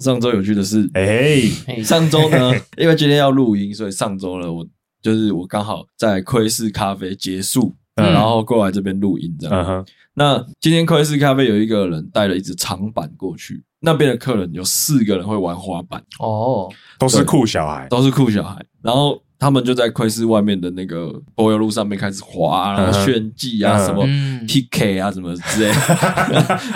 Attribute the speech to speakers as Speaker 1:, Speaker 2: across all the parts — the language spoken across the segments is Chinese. Speaker 1: 上周有趣的是，
Speaker 2: 哎，
Speaker 3: 嘿
Speaker 1: 上周 呢，因为今天要录音，所以上周呢，我就是我刚好在窥视咖啡结束，
Speaker 2: 嗯
Speaker 1: 然后过来这边录音这样。
Speaker 2: 嗯哼，
Speaker 1: 那今天窥视咖啡有一个人带了一只长板过去，那边的客人有四个人会玩滑板，
Speaker 3: 哦，
Speaker 2: 都是酷小孩，
Speaker 1: 都是酷小孩，然后他们就在窥视外面的那个柏油路上面开始滑、然后炫技啊
Speaker 2: 嗯，
Speaker 1: 什么。
Speaker 3: 嗯，
Speaker 1: PK 啊，什么之类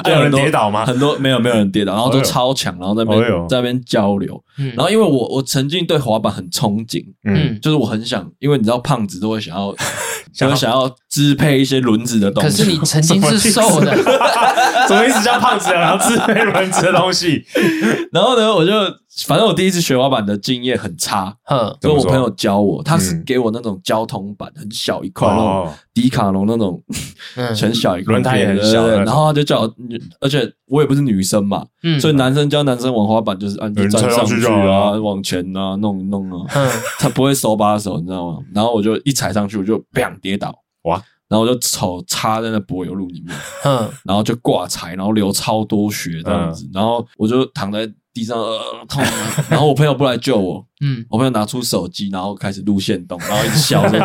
Speaker 1: 就
Speaker 2: 有人
Speaker 1: 很多
Speaker 2: 跌倒吗
Speaker 1: 很多没有，没有人跌倒，然后
Speaker 2: 哎
Speaker 1: 都
Speaker 2: 呦
Speaker 1: 超强，然后在那
Speaker 2: 哎呦
Speaker 1: 边在那边交流，
Speaker 3: 然
Speaker 1: 然后因为我我曾经对滑板很憧憬，
Speaker 2: 嗯，
Speaker 3: 嗯，
Speaker 1: 就是我很想，因为你知道胖子都会 想要
Speaker 2: 想
Speaker 1: 想
Speaker 2: 要
Speaker 1: 要想要支配一些轮子的东
Speaker 3: 可
Speaker 1: 西，
Speaker 3: 是你曾经是瘦的，
Speaker 2: 怎么一直叫胖子啊，然后自备轮子的东 西？
Speaker 1: 然后呢，我就反正我第一次学滑板的经验很差。
Speaker 3: 哼，
Speaker 2: 怎
Speaker 1: 所
Speaker 2: 么
Speaker 1: 以我
Speaker 2: 说
Speaker 1: 朋友教我，他是
Speaker 2: 嗯
Speaker 1: 给我那种交通板，很小一块，那种
Speaker 2: 哦，
Speaker 1: 迪卡侬那种
Speaker 3: 嗯，
Speaker 1: 很小一块，
Speaker 2: 轮胎也很
Speaker 1: 对对
Speaker 2: 小的
Speaker 1: 对
Speaker 2: 那种
Speaker 1: 然后他就叫我，而且我也不是女生嘛，
Speaker 3: 嗯，
Speaker 1: 所以男生教男生玩滑板就是啊，你就
Speaker 2: 嗯
Speaker 1: 站
Speaker 2: 车上
Speaker 1: 上
Speaker 2: 去
Speaker 1: 去
Speaker 2: 就好
Speaker 1: 啊，
Speaker 2: 了
Speaker 1: 往前啊，弄一弄啊，
Speaker 3: 嗯，
Speaker 1: 他不会手把手，你知道吗？然后我就一踩上去，我就砰跌倒，
Speaker 2: 哇！
Speaker 1: 然后我就手插在那柏油路里面，
Speaker 3: 哼，
Speaker 1: 然后就挂彩，然后流超多血这样子，然后我就躺在地上，呃，痛啊。然后我朋友不来救我，
Speaker 3: 嗯，
Speaker 1: 我朋友拿出手机，然后开始录线动，然后一直笑着，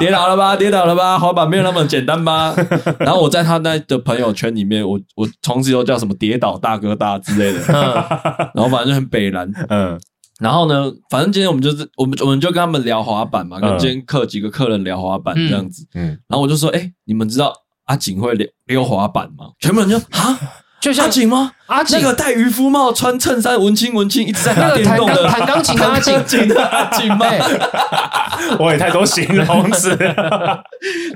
Speaker 1: 跌倒了吧，跌倒了吧，滑板没有那么简单吧。 然后我在他那的朋友圈里面，我我从此又叫什么跌倒大哥大之类 的，
Speaker 3: 嗯，
Speaker 1: 然后反正就很北蓝，
Speaker 2: 嗯
Speaker 1: 然后呢，反正今天我们就是我们我们就跟他们聊滑板嘛，
Speaker 2: 嗯
Speaker 1: 跟今天客几个客人聊滑板
Speaker 3: 嗯
Speaker 1: 这样子。
Speaker 2: 嗯，
Speaker 1: 然后我就说：“哎、你们知道阿景会溜溜滑板吗？”全部人就啊，
Speaker 3: 就像
Speaker 1: 阿景吗？
Speaker 3: 阿
Speaker 1: 那
Speaker 3: 景
Speaker 1: 个戴渔夫帽、穿衬衫、文青文青，一直在打
Speaker 3: 那个
Speaker 1: 电
Speaker 3: 弹
Speaker 1: 动的
Speaker 3: 钢弹钢琴的阿景
Speaker 1: 弹钢琴的阿景吗？
Speaker 3: 哎
Speaker 2: 我也太多形容词了，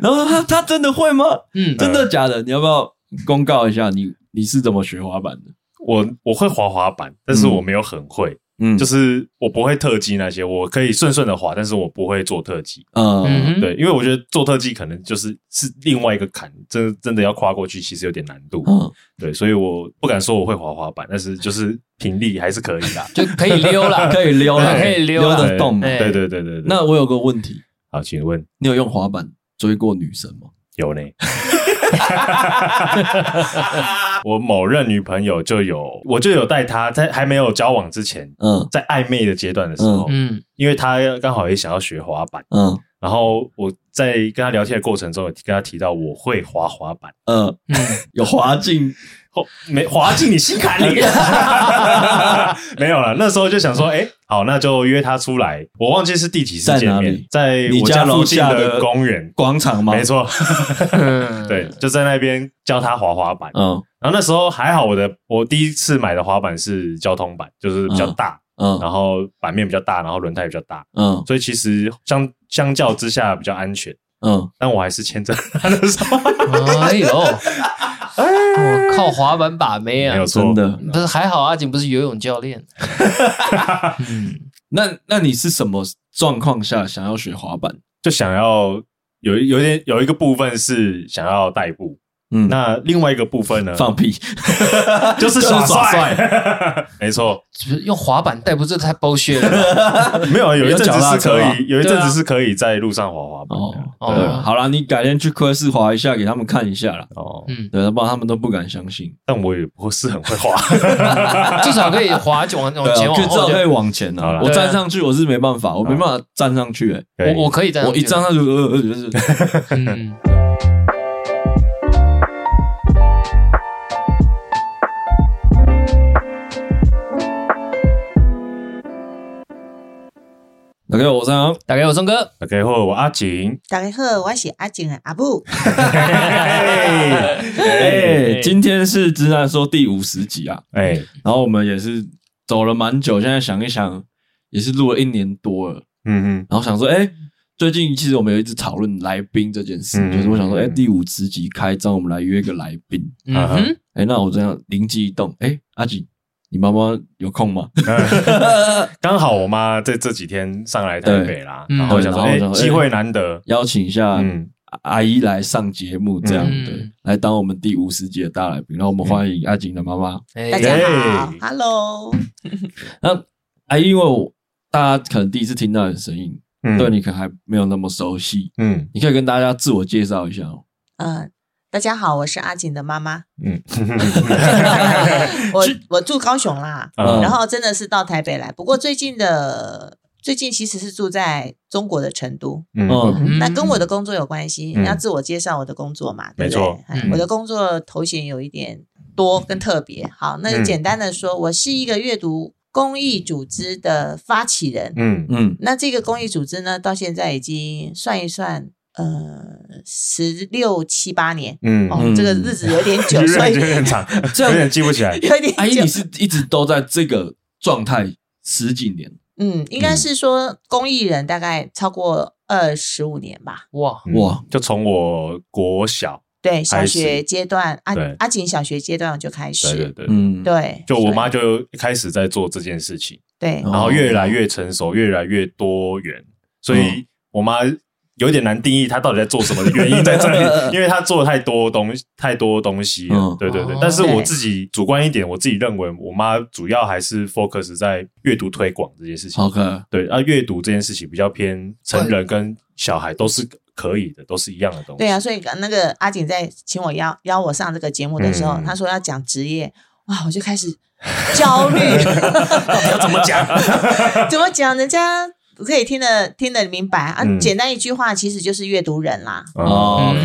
Speaker 1: 然后他他真的会吗？
Speaker 3: 嗯，
Speaker 1: 真的假的？你要不要公告一下你你是怎么学滑板的？
Speaker 2: 我我会滑滑板，但是我没有很会，
Speaker 1: 嗯
Speaker 2: 就是是我不会特技那些，我可以顺顺的滑，但是我不会做特技。
Speaker 3: 嗯
Speaker 1: 嗯
Speaker 3: 哼
Speaker 2: 对，因为我觉得做特技可能就是是另外一个坎，真的真的要跨过去，其实有点难度。
Speaker 1: 嗯
Speaker 2: 对，所以我不敢说我会滑滑板，但是就是频率还是可以啦。
Speaker 3: 就可以溜 了，
Speaker 1: 可以溜了，
Speaker 3: 可以溜
Speaker 1: 溜
Speaker 3: 啦
Speaker 1: 得动嘛。
Speaker 3: 哎
Speaker 2: 对对对对对。
Speaker 1: 那我有个问题，
Speaker 2: 好，请问
Speaker 1: 你有用滑板追过女生吗？
Speaker 2: 有呢？ 我某任女朋友就有，我就有带她在还没有交往之前，
Speaker 1: 嗯
Speaker 2: 在暧昧的阶段的时候，
Speaker 3: 嗯
Speaker 2: 因为她刚好也想要学滑板，
Speaker 1: 嗯
Speaker 2: 然后我在跟她聊天的过程中，有跟她提到我会滑滑板，
Speaker 1: 嗯，
Speaker 3: 嗯，
Speaker 1: 有滑进，
Speaker 2: 哦，没滑进你心坎里， 没有了。那时候就想说，哎、好，那就约她出来。我忘记是第几次
Speaker 1: 在
Speaker 2: 见
Speaker 1: 哪
Speaker 2: 面
Speaker 1: 里，
Speaker 2: 在
Speaker 1: 你
Speaker 2: 我
Speaker 1: 家
Speaker 2: 附
Speaker 1: 楼
Speaker 2: 近
Speaker 1: 下
Speaker 2: 的
Speaker 1: 的
Speaker 2: 公园，
Speaker 1: 广场吗？
Speaker 2: 没，错，
Speaker 3: 嗯
Speaker 2: 对，，就在那边教她滑滑板。
Speaker 1: 嗯
Speaker 2: 然后那时候还好，我的我第一次买的滑板是交通板，就是比较大，
Speaker 1: 嗯
Speaker 2: 然后版面比较大，然后轮胎比较大，
Speaker 1: 嗯
Speaker 2: 所以其实相相较之下比较安全。
Speaker 1: 嗯，
Speaker 2: 但我还是牵着他的手，
Speaker 3: 哎呦，我靠，滑板把妹
Speaker 2: 没
Speaker 3: 啊
Speaker 2: 有！
Speaker 1: 真
Speaker 2: 错。
Speaker 1: 的。
Speaker 3: 不是还好，阿景不是游泳教练，嗯，
Speaker 1: 那那你是什么状况下想要学滑板？
Speaker 2: 就想要有一有一点有一个部分是想要代步，
Speaker 1: 嗯
Speaker 2: 那另外一个部分呢，
Speaker 1: 放 屁，
Speaker 2: 就是耍
Speaker 1: 耍帅
Speaker 2: 帅，没 错，
Speaker 3: 就是用滑板代步，这太剥削了吧。
Speaker 2: 没有啊有一阵
Speaker 1: 有脚
Speaker 2: 子
Speaker 1: 踏
Speaker 2: 是
Speaker 1: 车
Speaker 2: 可
Speaker 1: 啊
Speaker 2: 以，有一阵
Speaker 3: 对啊
Speaker 2: 子是可以在路上滑滑板的
Speaker 1: 哦。
Speaker 3: 哦
Speaker 1: 对，好啦，你改天去科室滑一下，给他们看一下啦。
Speaker 2: 哦，
Speaker 3: 嗯，
Speaker 1: 对，不然他们都不敢相信。
Speaker 2: 但我也不是很 会滑，
Speaker 3: 至少可以滑就往
Speaker 1: 对
Speaker 3: 往前
Speaker 1: 啊，
Speaker 3: 往
Speaker 1: 就至
Speaker 3: 后
Speaker 1: 少可以
Speaker 3: 就。
Speaker 1: 往前
Speaker 2: 好
Speaker 1: 啊
Speaker 2: 啦。
Speaker 1: 我
Speaker 3: 对啊
Speaker 1: 站上去我是没办法，我没办法站上去。哎，
Speaker 2: 可以
Speaker 3: 我我可以这样，
Speaker 1: 我一站上去，呃呃呃就是
Speaker 3: 嗯，
Speaker 1: 大概我上
Speaker 3: 打给我松哥，
Speaker 2: OK，或者我阿景，
Speaker 4: 大家好，我是阿静的阿母。
Speaker 1: 哎，今天是直男说第五十集啊。
Speaker 2: 哎，
Speaker 1: 然后我们也是走了蛮久，现在想一想，也是录了一年多了。
Speaker 2: 嗯嗯，
Speaker 1: 然后想说，哎、最近其实我们有一直讨论来宾这件事，
Speaker 2: 嗯
Speaker 1: 就是我想说，哎、
Speaker 2: 嗯
Speaker 1: 第五十集开张，我们来约个来宾。
Speaker 3: 嗯
Speaker 2: 啊哈
Speaker 3: 哼，
Speaker 1: 哎、那我这样灵机一动，哎、阿锦，你妈妈有空吗？
Speaker 2: 哎 刚好我妈这这几天上来台北啦，
Speaker 3: 对
Speaker 2: 然后想说，
Speaker 1: 嗯
Speaker 2: 哎
Speaker 1: 然后，我想说啊
Speaker 2: 机会难得，
Speaker 1: 邀请一下
Speaker 2: 嗯，
Speaker 1: 阿姨来上节目，这样、
Speaker 3: 嗯
Speaker 1: 对，来当我们第五十集的大来宾。然后我们欢
Speaker 2: 嗯
Speaker 1: 迎阿锦的妈妈。
Speaker 3: 哎
Speaker 4: 大家好
Speaker 2: 哎
Speaker 4: ，Hello。
Speaker 1: 那阿姨，因为我大家可能第一次听到你的声音，
Speaker 2: 嗯
Speaker 1: 对，你可能还没有那么熟悉，
Speaker 2: 嗯，
Speaker 1: 你可以跟大家自我介绍一下哦。
Speaker 4: 呃，大家好，我是阿景的妈 妈，
Speaker 2: 嗯，
Speaker 4: 我我住高雄啦，
Speaker 2: 啊
Speaker 1: 嗯
Speaker 4: 然后真的是到台北来，不过最近的最近其实是住在中国的成都，
Speaker 2: 嗯
Speaker 1: 嗯，
Speaker 3: 嗯
Speaker 4: 那跟我的工作有关系，
Speaker 2: 嗯
Speaker 4: 要自我介绍我的工作嘛，
Speaker 2: 没
Speaker 4: 对不
Speaker 2: 错
Speaker 4: 对？哎
Speaker 3: 嗯
Speaker 4: 我的工作头衔有一点多跟特别。好，那就
Speaker 2: 嗯
Speaker 4: 简单的说，我是一个阅读公益组织的发起人。
Speaker 2: 嗯
Speaker 1: 嗯
Speaker 4: 那这个公益组织呢，到现在已经算一算，呃，十六七八年。
Speaker 2: 嗯
Speaker 4: 哦，
Speaker 2: 嗯，
Speaker 4: 这个日子有点 久，
Speaker 2: 有
Speaker 4: 所以
Speaker 2: 嗯点有点长，
Speaker 1: 这样
Speaker 2: 有点记不起来。
Speaker 4: 有点
Speaker 1: 阿姨，
Speaker 4: 久
Speaker 1: 哎你。是啊一直都在这个状态十几年，
Speaker 4: 嗯，应该是说公益人大概超过二十五年吧。
Speaker 3: 哇，
Speaker 2: 嗯
Speaker 1: 哇，
Speaker 2: 就从我国小，
Speaker 4: 对，小
Speaker 2: 开始
Speaker 4: 学阶段，阿
Speaker 2: 对
Speaker 4: 阿景小学阶段我就开
Speaker 2: 对对
Speaker 4: 始。
Speaker 2: 对，
Speaker 1: 嗯，
Speaker 4: 对，
Speaker 2: 就我
Speaker 4: 所以
Speaker 2: 妈就开始在做这件事情，
Speaker 4: 对，
Speaker 1: 哦嗯
Speaker 2: 然后越来越成熟，越来越多元，所以我妈有点难定义她到底在做什么的原因在这里，因为她做太多东西，太多东西了
Speaker 1: 嗯
Speaker 2: 对对对
Speaker 3: 哦，
Speaker 2: 但是我
Speaker 4: 对
Speaker 2: 自己主观一点，我自己认为我妈主要还是 focus 在阅读推广这件事情。
Speaker 1: OK，
Speaker 2: 对，啊，阅读这件事情比较偏成人跟小孩都是可以的，都是一样的东西。
Speaker 4: 对啊，，所以那个阿景在请我邀邀我上这个节目的时候，
Speaker 2: 嗯
Speaker 4: 他说要讲职业，哇，我就开始焦虑，
Speaker 2: 要怎么讲？
Speaker 4: 怎么讲？人家可以听得听得明白啊，
Speaker 2: 嗯
Speaker 4: 简单一句话，其实就是阅读人啦。
Speaker 1: 哦 OK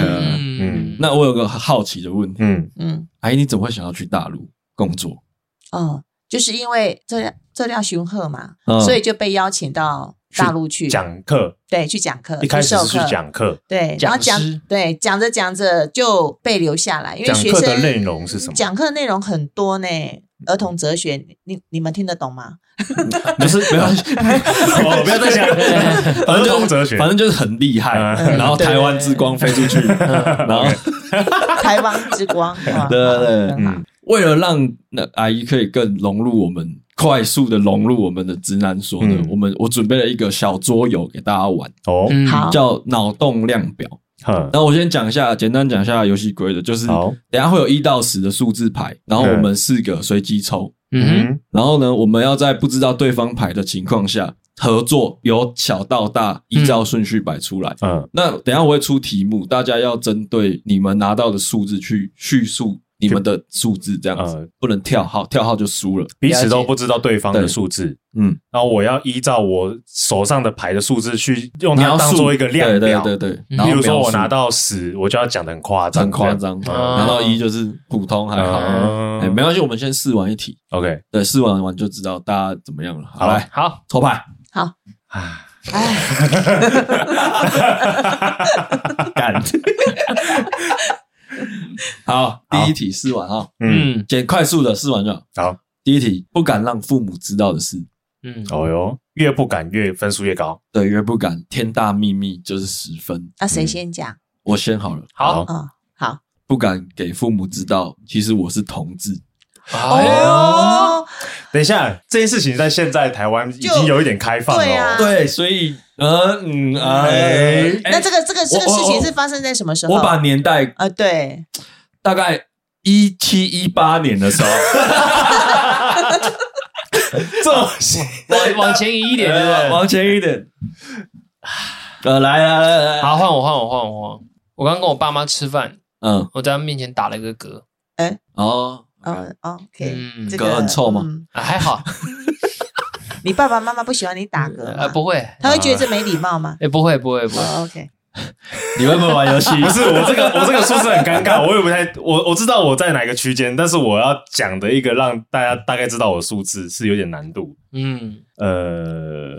Speaker 3: 嗯，
Speaker 1: 那我有个好奇的问题，
Speaker 2: 嗯
Speaker 4: 嗯，
Speaker 1: 阿姨，你怎么会想要去大陆工作？
Speaker 4: 哦，就是因为这这廖雄鹤嘛，
Speaker 1: 嗯
Speaker 4: 所以就被邀请到大陆去
Speaker 2: 讲课，
Speaker 4: 对，去讲课，
Speaker 2: 一开始
Speaker 4: 去
Speaker 2: 是
Speaker 4: 呃授课
Speaker 2: 去讲课，
Speaker 4: 对，然后
Speaker 3: 讲
Speaker 4: 讲
Speaker 3: 师
Speaker 4: 对讲着讲着就被留下来，因为
Speaker 2: 讲
Speaker 4: 学
Speaker 2: 课
Speaker 4: 生
Speaker 2: 的内容是什么
Speaker 4: 讲课内容很多呢，儿童哲学，你你们听得 懂吗？
Speaker 1: 就是没关系，
Speaker 2: 我哦不要再讲 儿
Speaker 1: 就是
Speaker 2: 童哲学，
Speaker 1: 反正就是很厉害。
Speaker 2: 嗯
Speaker 1: 然后台湾之光飞出去，然后
Speaker 4: 台湾之光，哇
Speaker 1: 对对对
Speaker 4: 很好
Speaker 2: 嗯
Speaker 1: 为了让那阿姨可以更融入我们，快速的融入我们的直男所呢，
Speaker 2: 嗯
Speaker 1: 我们我准备了一个小桌游给大家玩，
Speaker 2: 哦，
Speaker 3: 嗯
Speaker 4: 好
Speaker 1: 叫脑洞量表。
Speaker 2: 哼
Speaker 1: 然后我先讲一下，简单讲一下游戏规则，就是
Speaker 2: 好
Speaker 1: 等一下会有一到十的数字牌，然后我们四个随机抽，
Speaker 3: 嗯
Speaker 1: 然后呢，我们要在不知道对方牌的情况下合作，由小到大依照顺序摆出来。
Speaker 2: 嗯
Speaker 1: 那等一下我会出题目，大家要针对你们拿到的数字去叙述你们的数字，这样子、
Speaker 2: 嗯
Speaker 1: 不能跳号，跳号就输了。
Speaker 2: 彼此都不知道对方的数字，
Speaker 1: 嗯，
Speaker 2: 然后我要依照我手上的牌的数字去用它
Speaker 1: 描
Speaker 2: 当
Speaker 1: 述
Speaker 2: 做一个量表。
Speaker 1: 对对对对。
Speaker 3: 嗯
Speaker 1: 然
Speaker 2: 比
Speaker 1: 后
Speaker 2: 如说我拿
Speaker 1: 到
Speaker 2: 到十，我就要讲的很夸张，
Speaker 1: 很夸张，
Speaker 2: 这样啊
Speaker 3: 嗯
Speaker 1: 拿到一就是普通还好，
Speaker 2: 嗯
Speaker 1: 哎，没关系，我们先试玩一题，
Speaker 2: OK，
Speaker 1: 对，试玩完就知道大家怎么样了。好，
Speaker 2: 好
Speaker 1: 来
Speaker 3: 好，
Speaker 1: 抽牌，
Speaker 4: 好，
Speaker 2: 啊
Speaker 4: 哎，
Speaker 1: 干。 好，第一题试完哈，
Speaker 2: 嗯，
Speaker 3: 嗯
Speaker 1: 简快速的试完就好。
Speaker 2: 好，
Speaker 1: 第一题不敢让父母知道的事，
Speaker 3: 嗯，
Speaker 2: 哦哟，越不敢越分数越高。
Speaker 1: 对，越不敢，天大秘密就是十分。
Speaker 2: 嗯
Speaker 4: 那谁先讲？
Speaker 1: 我先好了，
Speaker 3: 好，
Speaker 4: 哦，好，
Speaker 1: 不敢给父母知道，其实我是同志。
Speaker 3: 哎
Speaker 4: 哦，
Speaker 2: 等一下，这件事情在现在台湾已经有一点开放了
Speaker 4: 对啊
Speaker 2: 哦。
Speaker 1: 对，所以，呃嗯，哎
Speaker 2: 哎，
Speaker 4: 那这个这个这个
Speaker 1: 我
Speaker 4: 事情
Speaker 1: 我
Speaker 4: 是发生在什么时候？
Speaker 1: 我把年代
Speaker 4: 呃，对，
Speaker 1: 大概一七一八年的时候，
Speaker 2: 这
Speaker 3: 哎往往前移一点，对不对？
Speaker 1: 往前一点。呃，来来来来，，
Speaker 3: 好，换我，换我，换我，换我。我刚跟我爸妈吃饭，
Speaker 1: 嗯，
Speaker 3: 我在他们面前打了一个嗝，
Speaker 1: 哦，
Speaker 4: 哦，OK，
Speaker 3: 嗯
Speaker 4: 这
Speaker 1: 嗝
Speaker 4: 个
Speaker 1: 很臭吗
Speaker 4: 嗯
Speaker 3: 啊还好，
Speaker 4: 你爸爸妈妈不喜欢你打嗝
Speaker 3: 呃，
Speaker 4: 吗？
Speaker 3: 不会，
Speaker 4: 他会觉
Speaker 1: 啊
Speaker 4: 得这没礼貌吗
Speaker 3: 哎，不会，不会，不会。
Speaker 4: 哦？OK，
Speaker 1: 你会不会玩游戏？
Speaker 2: 不是我这个我这个数字很尴尬，我也不太我我知道我在哪个区间，但是我要讲的一个让大家大概知道我的数字是有点难度。
Speaker 3: 嗯，
Speaker 2: 呃，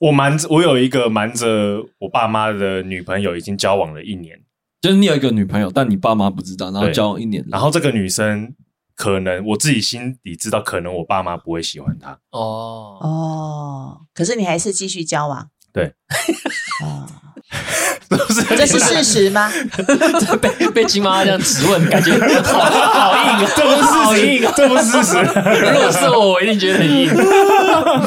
Speaker 2: 我瞒着我有一个瞒着我爸妈的女朋友已经交往了一年，
Speaker 1: 就是你有一个女朋友，但你爸妈不知道，然后
Speaker 2: 对
Speaker 1: 交往一年，
Speaker 2: 然后这个女生可能我自己心底知道，可能我爸妈不会喜欢她。
Speaker 3: 哦，
Speaker 4: 哦，可是你还是继续交往。
Speaker 2: 对，
Speaker 4: 哦，
Speaker 2: 是不是？
Speaker 4: 这是事 实吗？哦
Speaker 3: 被被亲妈这样 质问，感觉好好硬啊，
Speaker 2: 这不是事实，这不是事 实。
Speaker 3: 如果是我，我一定觉得很硬。
Speaker 2: 好，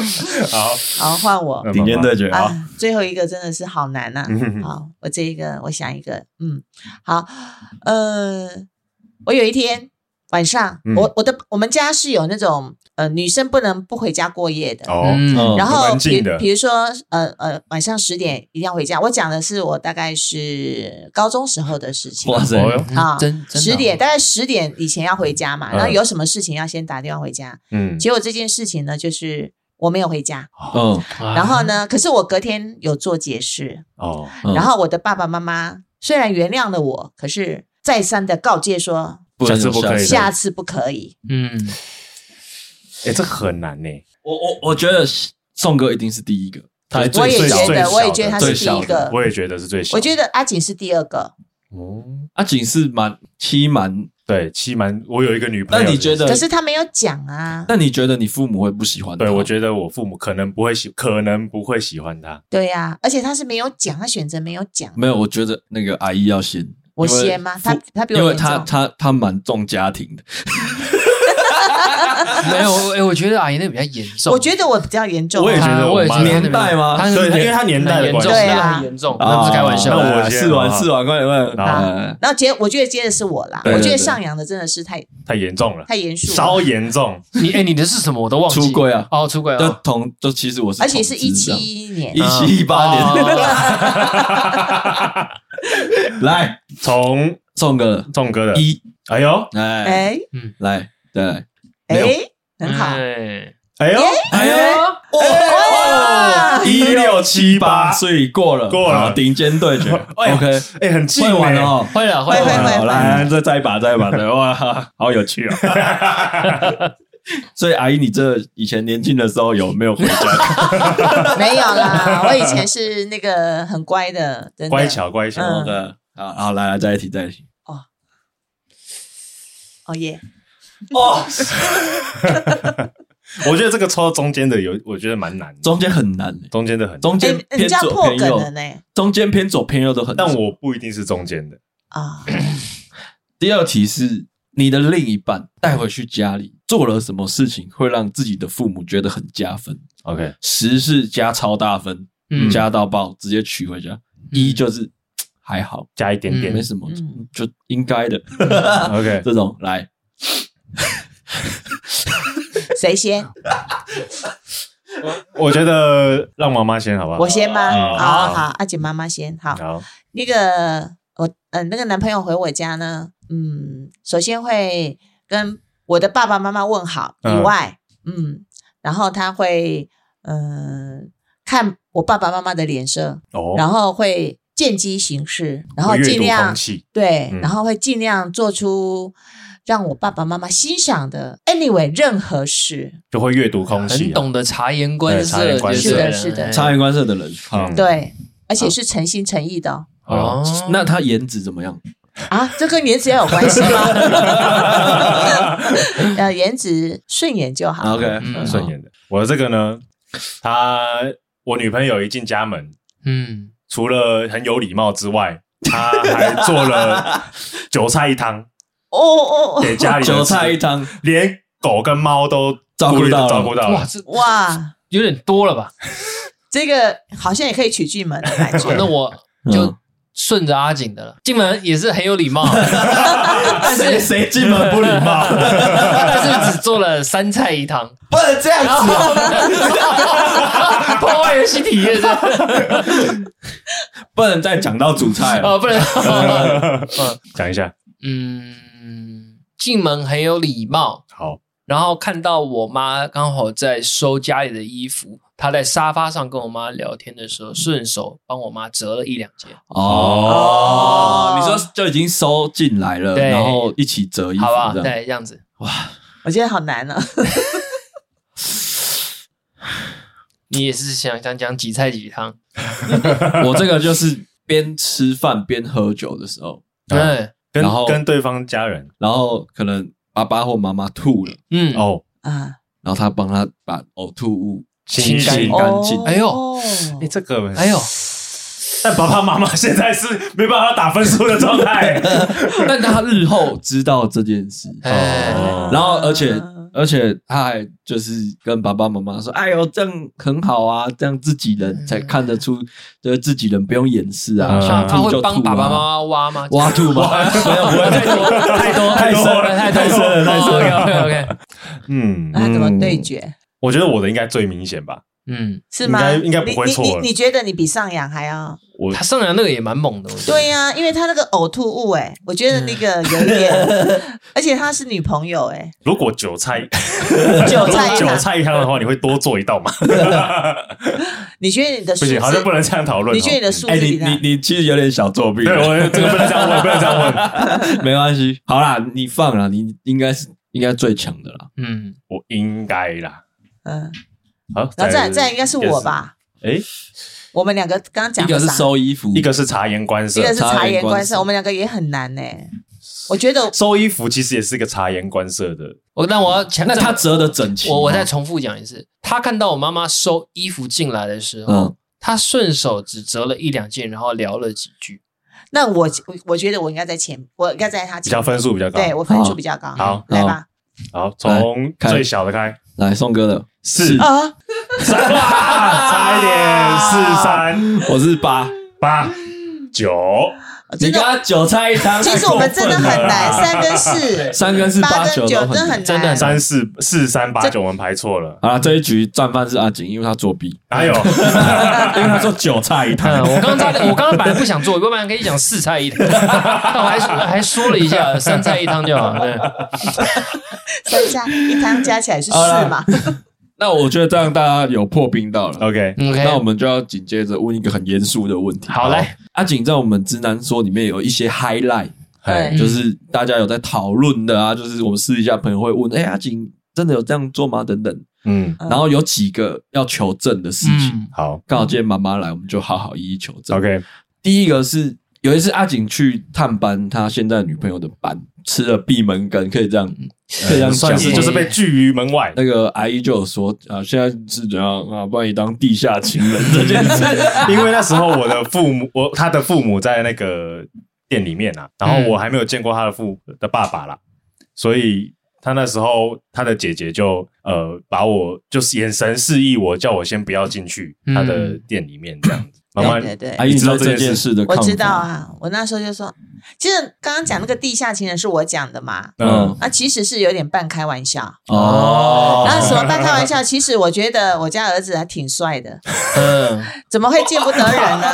Speaker 4: 好，换我。
Speaker 1: 顶尖对决啊！
Speaker 4: 啊，最后一个真的是好难呐、
Speaker 2: 嗯
Speaker 4: 好，我这一个，我想一个，嗯，好，呃，我有一天晚上，
Speaker 2: 嗯
Speaker 4: 我我的我们家是有那种呃女生不能不回家过夜的。
Speaker 2: 哦，
Speaker 1: 嗯
Speaker 4: 然后
Speaker 2: 蛮
Speaker 4: 比
Speaker 2: 近的
Speaker 4: 比如说呃呃晚上十点一定要回家。我讲的是我大概是高中时候的事 情。
Speaker 1: 哇塞，
Speaker 2: 哦哟
Speaker 4: 啊
Speaker 3: 真真的
Speaker 4: 十点，大概十点以前要回家嘛，
Speaker 2: 哦嗯
Speaker 4: 然后有什么事情要先打电话回家。
Speaker 2: 嗯，
Speaker 4: 结果这件事情呢，就是我没有回家，
Speaker 1: 嗯，
Speaker 3: 啊
Speaker 4: 然后呢，可是我隔天有做解释，
Speaker 2: 哦，
Speaker 1: 嗯
Speaker 4: 然后我的爸爸妈妈虽然原谅了我，可是再三的告诫说
Speaker 1: 不
Speaker 2: 下
Speaker 1: 能
Speaker 2: 次
Speaker 1: 有
Speaker 2: 不可以对的
Speaker 4: 下次不可以。
Speaker 3: 嗯，
Speaker 2: 哎，这很难呢。
Speaker 1: 我我我觉得宋哥一定是第一个，他还
Speaker 4: 我
Speaker 1: 最
Speaker 4: 也
Speaker 1: 小
Speaker 4: 觉
Speaker 2: 最小的
Speaker 4: 得，我也觉得他是
Speaker 1: 最
Speaker 4: 第
Speaker 1: 小
Speaker 4: 一
Speaker 1: 的
Speaker 4: 个，
Speaker 2: 我也觉得是最小的。
Speaker 4: 我觉得阿锦是第二个。
Speaker 2: 哦，
Speaker 1: 阿锦是蛮欺蛮，
Speaker 2: 对，欺瞒我有一个女朋
Speaker 1: 那
Speaker 2: 友。
Speaker 1: 你觉？得？
Speaker 4: 可是他没有讲啊，
Speaker 1: 那你觉得你父母会不喜欢他？
Speaker 2: 对，我觉得我父母可能不会喜，可能不会喜欢她。
Speaker 4: 对呀、而且他是没有讲，他选择没有讲。
Speaker 1: 没有，我觉得那个阿姨要先，
Speaker 4: 我
Speaker 1: 嗯因为
Speaker 4: 先吗
Speaker 1: 父
Speaker 4: 她她比我
Speaker 1: 因为
Speaker 4: 严重
Speaker 1: 她她她蛮重家庭的，
Speaker 3: 没有，我哎我觉得阿姨那个比较严重，
Speaker 4: 我觉得我比较严重、啊，
Speaker 2: 我也觉得
Speaker 3: 啊我也
Speaker 2: 我妈
Speaker 1: 年代吗
Speaker 3: 他
Speaker 2: 对因为他年代的
Speaker 3: 很严重，
Speaker 4: 关系对啊
Speaker 3: 那很严重，那不是开玩笑
Speaker 2: 那
Speaker 3: 的。
Speaker 2: 我
Speaker 1: 来
Speaker 2: 先
Speaker 1: 啊试完
Speaker 2: 好
Speaker 1: 试完，快点快点，
Speaker 2: 好
Speaker 1: 哎
Speaker 4: 然后接，我觉得接的是我啦。
Speaker 1: 对对
Speaker 4: 我觉得
Speaker 1: 对
Speaker 4: 上扬的真的是太
Speaker 2: 太严重了，
Speaker 4: 太严肃了，
Speaker 2: 稍严重。
Speaker 3: 你哎，你的是什么？我都忘记。
Speaker 1: 出柜啊
Speaker 3: 哦，出柜
Speaker 1: 就
Speaker 3: 啊，
Speaker 1: 同就其实我是
Speaker 4: 而
Speaker 1: 同志这样，
Speaker 4: 且是一七一年
Speaker 1: 一，七一八年，
Speaker 3: 哦
Speaker 1: 来
Speaker 2: 从
Speaker 1: 宋哥
Speaker 2: 宋哥的，
Speaker 1: 一，
Speaker 2: 哎呦，
Speaker 1: 哎，
Speaker 4: 哎
Speaker 1: 来再来，没有
Speaker 4: 哎，很好，
Speaker 3: 哎
Speaker 2: 哎呦，
Speaker 1: 哎
Speaker 3: 呦，
Speaker 4: 啊
Speaker 1: 哦，一六七八，
Speaker 2: 1678
Speaker 1: 所以过了
Speaker 2: 过了
Speaker 1: 好顶尖对决
Speaker 2: 哎
Speaker 1: ，OK，
Speaker 2: 哎，很近
Speaker 1: 会玩
Speaker 2: 欸。
Speaker 1: 哦。
Speaker 3: 会了，会
Speaker 4: 会
Speaker 3: 了，
Speaker 4: 会
Speaker 1: 好来，再再一把，再一把，再一把哇，好有
Speaker 2: 啊
Speaker 1: 趣哦！所以阿姨，你这以前年轻的时候有没有回 家？哦
Speaker 4: 没有啦。我以前是那个很乖的，真的
Speaker 2: 乖巧乖巧，
Speaker 4: 嗯
Speaker 1: 对，好好来来，再一题，再一题。
Speaker 4: 哦耶，
Speaker 1: 哦，
Speaker 2: 我觉得这个抽中间的有，我觉得蛮难的，
Speaker 1: 中间很难欸，
Speaker 2: 中间的很，
Speaker 1: 中
Speaker 4: 哎
Speaker 1: 间，
Speaker 4: 你
Speaker 1: 偏
Speaker 4: 这样
Speaker 1: 左
Speaker 4: 破
Speaker 1: 偏
Speaker 4: 梗了
Speaker 1: 右，
Speaker 4: 呢
Speaker 1: 中间偏左偏右都很难。
Speaker 2: 但我不一定是中间的。
Speaker 4: 啊！
Speaker 1: 第二题是你的另一半带回去家里做了什么事情会让自己的父母觉得很加分？
Speaker 2: OK，
Speaker 1: 十是加超大分，
Speaker 3: 嗯
Speaker 1: 加到爆，直接取回家。一就是嘖还好，
Speaker 2: 加一点点
Speaker 1: 没什么，
Speaker 4: 嗯
Speaker 1: 就应该的。
Speaker 3: 嗯
Speaker 2: ，OK，
Speaker 1: 这种来，
Speaker 4: 谁先？
Speaker 2: 我觉得让妈妈先好不好？
Speaker 4: 我先吗？
Speaker 2: 嗯
Speaker 4: 好
Speaker 2: 好
Speaker 4: 好，阿姐妈妈先好。
Speaker 2: 好，
Speaker 4: 那个我呃，那个男朋友回我家呢，嗯，首先会跟我的爸爸妈妈问好以
Speaker 2: 嗯
Speaker 4: 外，嗯，然后他会嗯、呃看我爸爸妈妈的脸色，
Speaker 2: 哦，
Speaker 4: 然后会见机行事，然后
Speaker 2: 我阅
Speaker 4: 尽
Speaker 2: 读
Speaker 4: 量
Speaker 2: 空气，
Speaker 4: 对，
Speaker 2: 嗯
Speaker 4: 然后会尽量做出让我爸爸妈妈欣赏的，anyway 任何事，
Speaker 2: 就会阅读空气
Speaker 3: 很
Speaker 2: 啊，
Speaker 3: 懂得察言观
Speaker 2: 对察
Speaker 3: 色，
Speaker 2: 言观色
Speaker 3: 就是了
Speaker 4: 是的是的
Speaker 3: 哎
Speaker 1: 察言观色的人。好，
Speaker 2: 嗯
Speaker 4: 对，而且是诚心诚意的哦
Speaker 2: 哦，
Speaker 3: 哦，
Speaker 1: 那他颜值怎么样？
Speaker 4: 啊，这跟颜值要有关 系吗？呃，颜值顺眼就好。
Speaker 1: OK，
Speaker 3: 嗯
Speaker 2: 顺眼的。我这个呢，她我女朋友一进家门，
Speaker 3: 嗯，
Speaker 2: 除了很有礼貌之外，她还做了韭菜一汤
Speaker 4: 哦哦哦，
Speaker 2: 给
Speaker 3: 嗯
Speaker 2: 家里 人
Speaker 1: 韭
Speaker 2: 吃
Speaker 1: 菜一，汤，
Speaker 2: 连狗跟猫都
Speaker 1: 照顾
Speaker 2: 顾虑
Speaker 1: 到了
Speaker 2: 照顾到
Speaker 3: 哇，
Speaker 2: 了。
Speaker 3: 这
Speaker 4: 哇，
Speaker 3: 有点多了吧？
Speaker 4: 这个好像也可以取进门的感觉。
Speaker 3: 那我
Speaker 1: 嗯
Speaker 3: 就顺着阿景的了，进门也是很有礼貌，但
Speaker 1: 嗯谁
Speaker 3: 是
Speaker 1: 谁进门 不礼貌？
Speaker 3: 但是只做了三菜一汤，
Speaker 1: 不能这样
Speaker 3: 然
Speaker 1: 子，哦
Speaker 3: 后破坏游戏体验的，
Speaker 1: 不能再讲到主菜了。
Speaker 3: 哦，不能，
Speaker 2: 讲一下，
Speaker 3: 嗯，进门很有礼貌，
Speaker 2: 好，
Speaker 3: 然后看到我妈刚好在收家里的衣服，她在沙发上跟我妈聊天的时候，顺手帮我妈折了一两件，
Speaker 1: 哦
Speaker 4: 哦，
Speaker 1: 你说就已经收进来了，
Speaker 3: 对
Speaker 1: 然后一起折衣服
Speaker 3: 好不好？
Speaker 1: 这样。
Speaker 3: 对，这样子，
Speaker 4: 我觉得好难哦。
Speaker 3: 你也是想想讲几菜几汤，
Speaker 1: 我这个就是边吃饭边喝酒的时候，
Speaker 3: 嗯
Speaker 2: 跟
Speaker 1: 然后
Speaker 2: 跟对方家人
Speaker 1: 然后可能爸爸或妈妈吐了，
Speaker 3: 嗯，
Speaker 2: 哦，
Speaker 4: 啊，
Speaker 1: 然后他帮他把呕吐物
Speaker 2: 清
Speaker 3: 干
Speaker 1: 洗
Speaker 2: 洗。
Speaker 1: 干净
Speaker 4: 哦。
Speaker 3: 哎呦
Speaker 2: 哎，这个
Speaker 3: 哎呦，
Speaker 2: 但爸爸妈妈现在是没办法打分数的状态。
Speaker 1: 但他日后知道这件事，
Speaker 3: 哎
Speaker 4: 啊
Speaker 2: 哦
Speaker 1: 然后而且
Speaker 4: 嗯
Speaker 1: 而且他还就是跟爸爸妈妈说：“哎呦，这样很好啊，这样自己人才看得出，就是自己人不用掩饰啊。
Speaker 2: 嗯
Speaker 1: 想
Speaker 3: 像他
Speaker 1: 吐就
Speaker 3: 会
Speaker 1: 吐啊
Speaker 3: 帮爸爸妈妈挖吗？
Speaker 1: 挖吐 吗？没有，不会
Speaker 3: 太多太多
Speaker 2: 太
Speaker 3: 深
Speaker 2: 多
Speaker 3: 了，
Speaker 2: 了
Speaker 3: 太
Speaker 2: 太深了太深 了
Speaker 3: OK OK OK，
Speaker 2: 嗯，
Speaker 4: 那怎么对决？
Speaker 2: 我觉得我的应该最明显吧。
Speaker 3: 嗯，
Speaker 4: 是吗？
Speaker 2: 应该应该不会错
Speaker 4: 你你
Speaker 2: 了
Speaker 4: 你你觉得你比上扬还要？
Speaker 2: 我
Speaker 3: 他上扬那个也蛮猛的，我觉得
Speaker 4: 对，呀、因为他那个呕吐物、哎，我觉得那个有一 点，而且他是女朋友、哎，
Speaker 2: 如果韭菜
Speaker 4: 韭菜
Speaker 2: 如果
Speaker 4: 一汤
Speaker 2: 韭菜一汤的话，你会多做一道 吗？
Speaker 4: 你觉得你的数
Speaker 2: 不
Speaker 4: 字
Speaker 2: 行，好像不能这样讨论哦。嗯
Speaker 4: 你觉得你的数字
Speaker 1: 哎，你
Speaker 4: 比他？
Speaker 1: 你你其实有点小作弊，
Speaker 2: 对我这个不能这样问，不能这样问。
Speaker 1: 没关系。好啦，你放啦，你应该是应该最强的啦。
Speaker 3: 嗯，
Speaker 2: 我应该啦。
Speaker 4: 嗯，
Speaker 2: 好，
Speaker 4: 然后再来再来应该是我？吧？
Speaker 2: 哎，
Speaker 4: 我们两个刚刚
Speaker 1: 一
Speaker 4: 讲
Speaker 1: 个
Speaker 4: 的
Speaker 1: 是
Speaker 4: 啥？
Speaker 1: 收衣服，
Speaker 2: 一个是察言观色
Speaker 4: 一个，是察言观
Speaker 1: 察言观
Speaker 4: 色，
Speaker 1: 色
Speaker 4: 我们两个也很难呢、哎我觉得
Speaker 2: 收衣服其实也是个察言观色的。
Speaker 3: 我但我要强，
Speaker 1: 那他折的整齐吗。
Speaker 3: 我我再重复讲一次，他看到我妈妈收衣服进来的时候，
Speaker 1: 嗯
Speaker 3: 他顺手只折了一两件，然后聊了几句。
Speaker 4: 那我我我觉得我应该在前，我应该在他
Speaker 2: 比
Speaker 4: 前
Speaker 2: 较
Speaker 4: 面，
Speaker 2: 分数比较高。
Speaker 4: 对我分数比较高。
Speaker 2: 好
Speaker 4: 来
Speaker 1: 好
Speaker 4: 吧。
Speaker 2: 好，从
Speaker 1: 开
Speaker 2: 最小的开，
Speaker 1: 来宋哥的
Speaker 2: 四
Speaker 4: 啊，
Speaker 2: 三，差一点，四三
Speaker 1: 我是八。
Speaker 2: 八九，
Speaker 1: 你
Speaker 4: 真
Speaker 1: 跟
Speaker 4: 的，
Speaker 1: 他韭菜一汤，
Speaker 4: 其实我们真的很
Speaker 2: 太
Speaker 4: 难，三跟四、
Speaker 1: 三跟四
Speaker 4: 八
Speaker 1: 八
Speaker 4: 跟
Speaker 1: 九
Speaker 4: 九
Speaker 1: 都
Speaker 4: 真的很
Speaker 1: 很。
Speaker 3: 真的
Speaker 4: 难
Speaker 3: 很。
Speaker 2: 三四四三八九，我们排错了。
Speaker 1: 好啦，这一局战犯是阿景，因为他作弊，
Speaker 2: 哪有？
Speaker 1: 因为他说韭菜一
Speaker 3: 嗯，
Speaker 1: 汤。
Speaker 3: 我刚刚差点，我刚刚本来不想做，我本来可以讲四菜一汤， 但我还还说了一下三菜一汤就好。对，
Speaker 4: 三加一汤加起来是四
Speaker 1: 好啦
Speaker 4: 嘛？
Speaker 1: 那我觉得这样大家有破冰到了。
Speaker 2: OK，
Speaker 3: 嗯 OK，
Speaker 1: 那我们就要紧接着问一个很严肃的问题。
Speaker 3: 好嘞，
Speaker 1: 阿景在我们直男说里面有一些 highlight，
Speaker 4: 对
Speaker 2: 哎，
Speaker 1: 就是大家有在讨论的啊，就是我们私底下朋友会问，哎、阿景真的有这样做吗？等等。
Speaker 2: 嗯，
Speaker 4: 嗯
Speaker 1: 然后有几个要求证的事情，
Speaker 3: 嗯，
Speaker 2: 好
Speaker 1: 刚好今天妈妈来，我们就好好一一求证。
Speaker 2: ，OK，
Speaker 1: 第一个是有一次阿景去探班，他现在女朋友的班吃了闭门羹，可以这样，可以这样
Speaker 2: 嗯呃算
Speaker 1: 讲哦
Speaker 2: 是
Speaker 1: 吗
Speaker 2: 就是被拒于门外。
Speaker 1: 那个阿姨就有说啊，现在是怎样啊，把你当地下情人这件事。
Speaker 2: 因为那时候我的父母，我他的父母在那个店里面啊，然后我还没有见过他的父的爸爸啦，所以他那时候他的姐姐就呃把我就是眼神示意我，叫我先不要进去
Speaker 3: 嗯
Speaker 2: 他的店里面这样子。妈妈，
Speaker 4: 对对
Speaker 1: 阿姨，
Speaker 4: 对，
Speaker 2: 你
Speaker 1: 你
Speaker 2: 知
Speaker 1: 知
Speaker 2: 道
Speaker 1: 道
Speaker 2: 这
Speaker 1: 这
Speaker 2: 件事
Speaker 1: 件事的
Speaker 4: 我
Speaker 1: 看法
Speaker 4: 知道，啊。我那时候就说，其实刚刚讲那个地下情人是我讲的嘛，
Speaker 2: 嗯
Speaker 1: 嗯，
Speaker 4: 那其实是有点半开玩笑。
Speaker 1: 哦，
Speaker 4: 那什么半开玩笑？其实我觉得我家儿子还挺帅的，
Speaker 3: 嗯，
Speaker 4: 怎么会见不得人呢？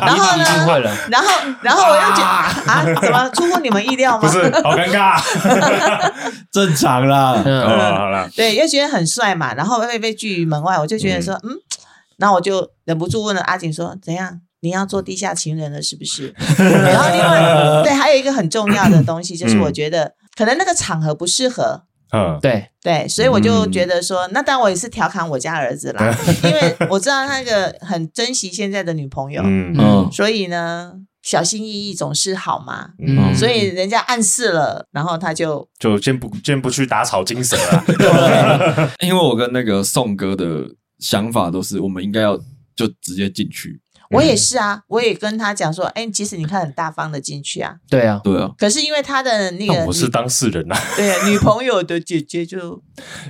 Speaker 4: 然
Speaker 3: 一
Speaker 4: 后
Speaker 3: 定
Speaker 4: 呢？
Speaker 3: 会了。
Speaker 4: 然后，然后我又觉得啊，怎么出乎你们意料
Speaker 2: 不
Speaker 4: 吗？
Speaker 2: 是，好尴尬。
Speaker 1: 正常啦。
Speaker 2: 好
Speaker 3: 嗯，
Speaker 2: 了好了，
Speaker 4: 对，又觉得很帅嘛，然后会被拒于门外，我就觉得说，嗯，然后我就忍不住问了阿景说，怎样？你要做地下情人了是不 是？然后另外，对，还有一个很重要的东西，就是我觉得可能那个场合不适合。
Speaker 2: 嗯，
Speaker 3: 对，
Speaker 4: 对，所以我就觉得说，那当然我也是调侃我家儿子啦，因为我知道他那个很珍惜现在的女朋友，
Speaker 2: 嗯
Speaker 1: 嗯，
Speaker 4: 所以呢，小心翼翼总是好嘛。
Speaker 2: 嗯
Speaker 3: 嗯，
Speaker 4: 所以人家暗示了，然后他就
Speaker 2: 就先不先不去打草惊蛇啊了。
Speaker 1: 因为我跟那个宋哥的想法都是，我们应该要就直接进去。
Speaker 4: 我
Speaker 2: 嗯
Speaker 4: 也是啊，我也跟他讲说，哎，其实你看很大方的进去啊，
Speaker 3: 对啊，
Speaker 1: 对啊，
Speaker 4: 可是因为他的那
Speaker 2: 但
Speaker 4: 个
Speaker 2: 我是
Speaker 4: 女
Speaker 2: 当事人啊，
Speaker 4: 对女朋友的姐 姐就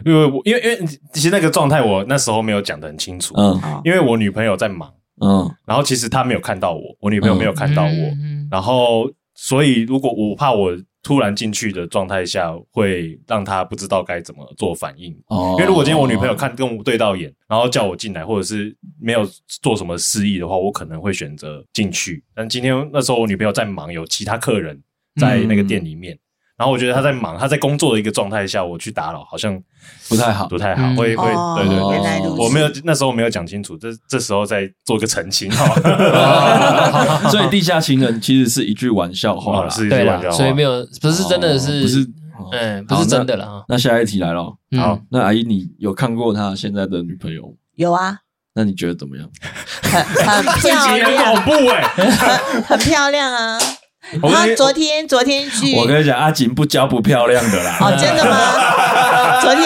Speaker 2: 因为我因为因为其实那个状态我那时候没有讲的很清楚，
Speaker 1: 嗯
Speaker 4: 哦，
Speaker 2: 因为我女朋友在忙，
Speaker 1: 嗯
Speaker 2: 然后其实她没有看到我，我女朋友没有看到我，
Speaker 3: 嗯，
Speaker 2: 然后所以如果我怕我突然进去的状态下，会让她不知道该怎么做反应。
Speaker 1: 哦
Speaker 2: 因为如果今天我女朋友看跟我对到眼，然后叫我进来，或者是没有做什么示意的话，我可能会选择进去。但今天那时候我女朋友在忙，有其他客人在那个店里
Speaker 1: 嗯
Speaker 2: 面，然后我觉得她在忙，她在工作的一个状态下，我去打扰好像
Speaker 1: 不太好
Speaker 2: 不太好，
Speaker 3: 嗯
Speaker 2: 会会
Speaker 4: 哦
Speaker 2: 对对对，
Speaker 4: 原来如此，
Speaker 2: 我没有那时候没有讲清楚，这这时候再做个澄清
Speaker 3: 嗯
Speaker 2: 哈。
Speaker 1: 所以地下情人其实是一句玩笑话
Speaker 2: 哇，
Speaker 1: 啦，
Speaker 2: 是一句
Speaker 3: 对
Speaker 2: 玩
Speaker 3: 啦，
Speaker 2: 笑话，
Speaker 3: 所以没有，不是真的
Speaker 1: 哦
Speaker 3: 是，
Speaker 1: 不是，哦
Speaker 3: 嗯，不是真的了啊。
Speaker 1: 那下一题来了，
Speaker 3: 嗯
Speaker 2: 好，
Speaker 1: 那阿姨你有看过他现在的女朋友吗？
Speaker 4: 有啊，
Speaker 1: 那你觉得怎么样？
Speaker 4: 很很
Speaker 2: 这一
Speaker 4: 漂
Speaker 2: 集很
Speaker 4: 亮，
Speaker 2: 恐怖哎、
Speaker 4: 很漂亮啊。
Speaker 2: 我
Speaker 4: 然后
Speaker 2: 跟
Speaker 4: 昨天昨天去
Speaker 1: 我跟你讲，阿锦不教不漂亮的 啦，
Speaker 4: 哦，真的吗？昨天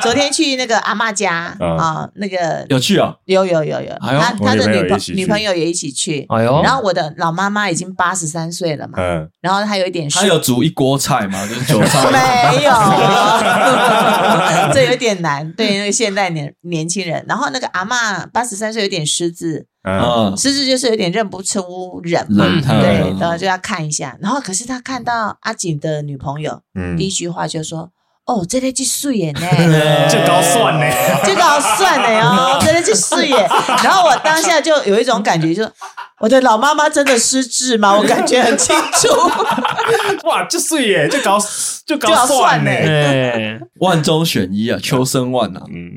Speaker 4: 昨天去那个阿嬷家
Speaker 2: 嗯
Speaker 4: 啊，那个
Speaker 1: 有趣哦，
Speaker 4: 有有有有，
Speaker 1: 哎呦
Speaker 4: 他
Speaker 2: 我
Speaker 4: 他
Speaker 2: 女
Speaker 4: 的
Speaker 2: 朋友
Speaker 4: 女朋
Speaker 2: 一起去哦
Speaker 4: 女朋友也一起去，
Speaker 3: 哎呦，
Speaker 4: 然后我的老妈妈已经八十三岁了嘛，
Speaker 2: 嗯，
Speaker 4: 然后她有一点
Speaker 1: 他有煮一锅菜吗？就是韭 菜，
Speaker 4: 没 有，这有点难，对那个现代年年轻人。然后那个阿嬷八十三岁，有点失智，
Speaker 2: 嗯，
Speaker 1: 嗯，
Speaker 4: 失智就是有点认不出人嘛，
Speaker 1: 冷
Speaker 3: 嗯
Speaker 4: 对，然后就要看一下。然后可是他看到阿锦的女朋友，
Speaker 2: 嗯
Speaker 4: 第一句话就说：“哦，这个去睡眼呢。”
Speaker 2: 这高算呢，
Speaker 4: 这个好算的哦，真的去试耶。然后我当下就有一种感觉，就是我的老妈妈真的失智吗？我感觉很清楚。
Speaker 2: 哇，这碎耶，这高这
Speaker 4: 这
Speaker 2: 高
Speaker 4: 高
Speaker 2: 算
Speaker 4: 算
Speaker 2: 呢
Speaker 4: 呢，
Speaker 3: 哎，
Speaker 1: 万中选一啊，秋生万啊，
Speaker 2: 嗯，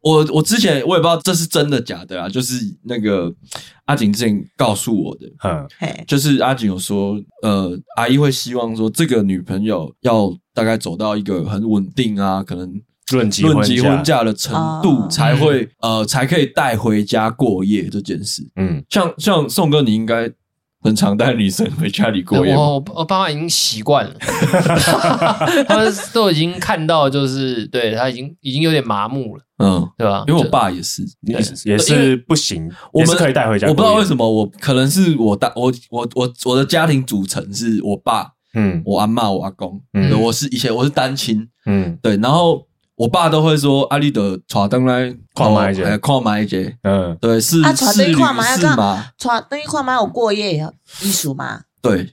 Speaker 1: 我我之前我也不知道这是真的假的啊，就是那个阿锦之前告诉我的，
Speaker 2: 嗯
Speaker 4: 嘿
Speaker 1: 就是阿锦有说，呃，阿姨会希望说这个女朋友要大概走到一个很稳定啊，可能
Speaker 2: 论及
Speaker 1: 论及婚
Speaker 2: 嫁，
Speaker 1: 嫁
Speaker 2: 嗯
Speaker 1: 的程度
Speaker 4: 哦
Speaker 1: 才会、呃才可以带回家过夜这件事。
Speaker 2: 嗯，
Speaker 1: 像像宋哥，你应该很常带女生回家里过夜吧，
Speaker 2: 哦
Speaker 3: 我我我爸妈已经习惯了， 他们都已经看到，就是对他已经已经有点麻木了，
Speaker 1: 嗯，
Speaker 3: 对吧？
Speaker 1: 因为我爸也是。
Speaker 2: 你
Speaker 3: 对
Speaker 2: 也是不行，
Speaker 1: 我
Speaker 2: 也是
Speaker 1: 们
Speaker 2: 可以带回家，
Speaker 1: 我不知道为
Speaker 2: 么，
Speaker 1: 什么，我可能是我大我我我我的家庭组成是我爸、
Speaker 2: 嗯
Speaker 1: 我阿嬷、我阿公，
Speaker 2: 嗯
Speaker 1: 对我是以前我是单亲，
Speaker 2: 嗯
Speaker 1: 对，然后我爸都会说啊阿丽的耍灯来
Speaker 2: 看麦姐
Speaker 1: 哎看买一节，
Speaker 2: 嗯
Speaker 1: 对，是
Speaker 4: 啊
Speaker 1: 是
Speaker 4: 带
Speaker 1: 旅
Speaker 4: 看麦
Speaker 1: 是
Speaker 4: 要干
Speaker 1: 嘛？
Speaker 4: 穿等于看妈有过夜也艺术嘛，
Speaker 1: 对，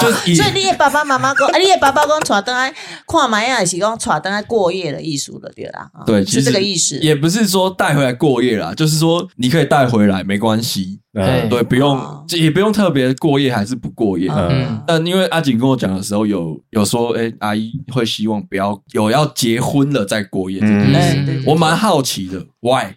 Speaker 1: 就以
Speaker 4: 所以你的爸爸妈妈讲，啊，你的爸爸讲带灯来看妈呀，是讲带灯来过夜的艺术了，对啦，啊
Speaker 1: 对，其
Speaker 4: 是
Speaker 1: 实
Speaker 4: 这个意思。
Speaker 1: 也不是说带回来过夜啦，就是说你可以带回来没关系，
Speaker 2: 嗯
Speaker 1: 对，不用
Speaker 4: 哦
Speaker 1: 也不用特别过夜还是不过夜。
Speaker 2: 嗯
Speaker 4: 嗯，
Speaker 1: 但因为阿锦跟我讲的时候有，有说，哎、阿姨会希望不要有要结婚了再过夜这件事。
Speaker 2: 嗯
Speaker 4: 哎对对
Speaker 1: 我蛮好奇的，why？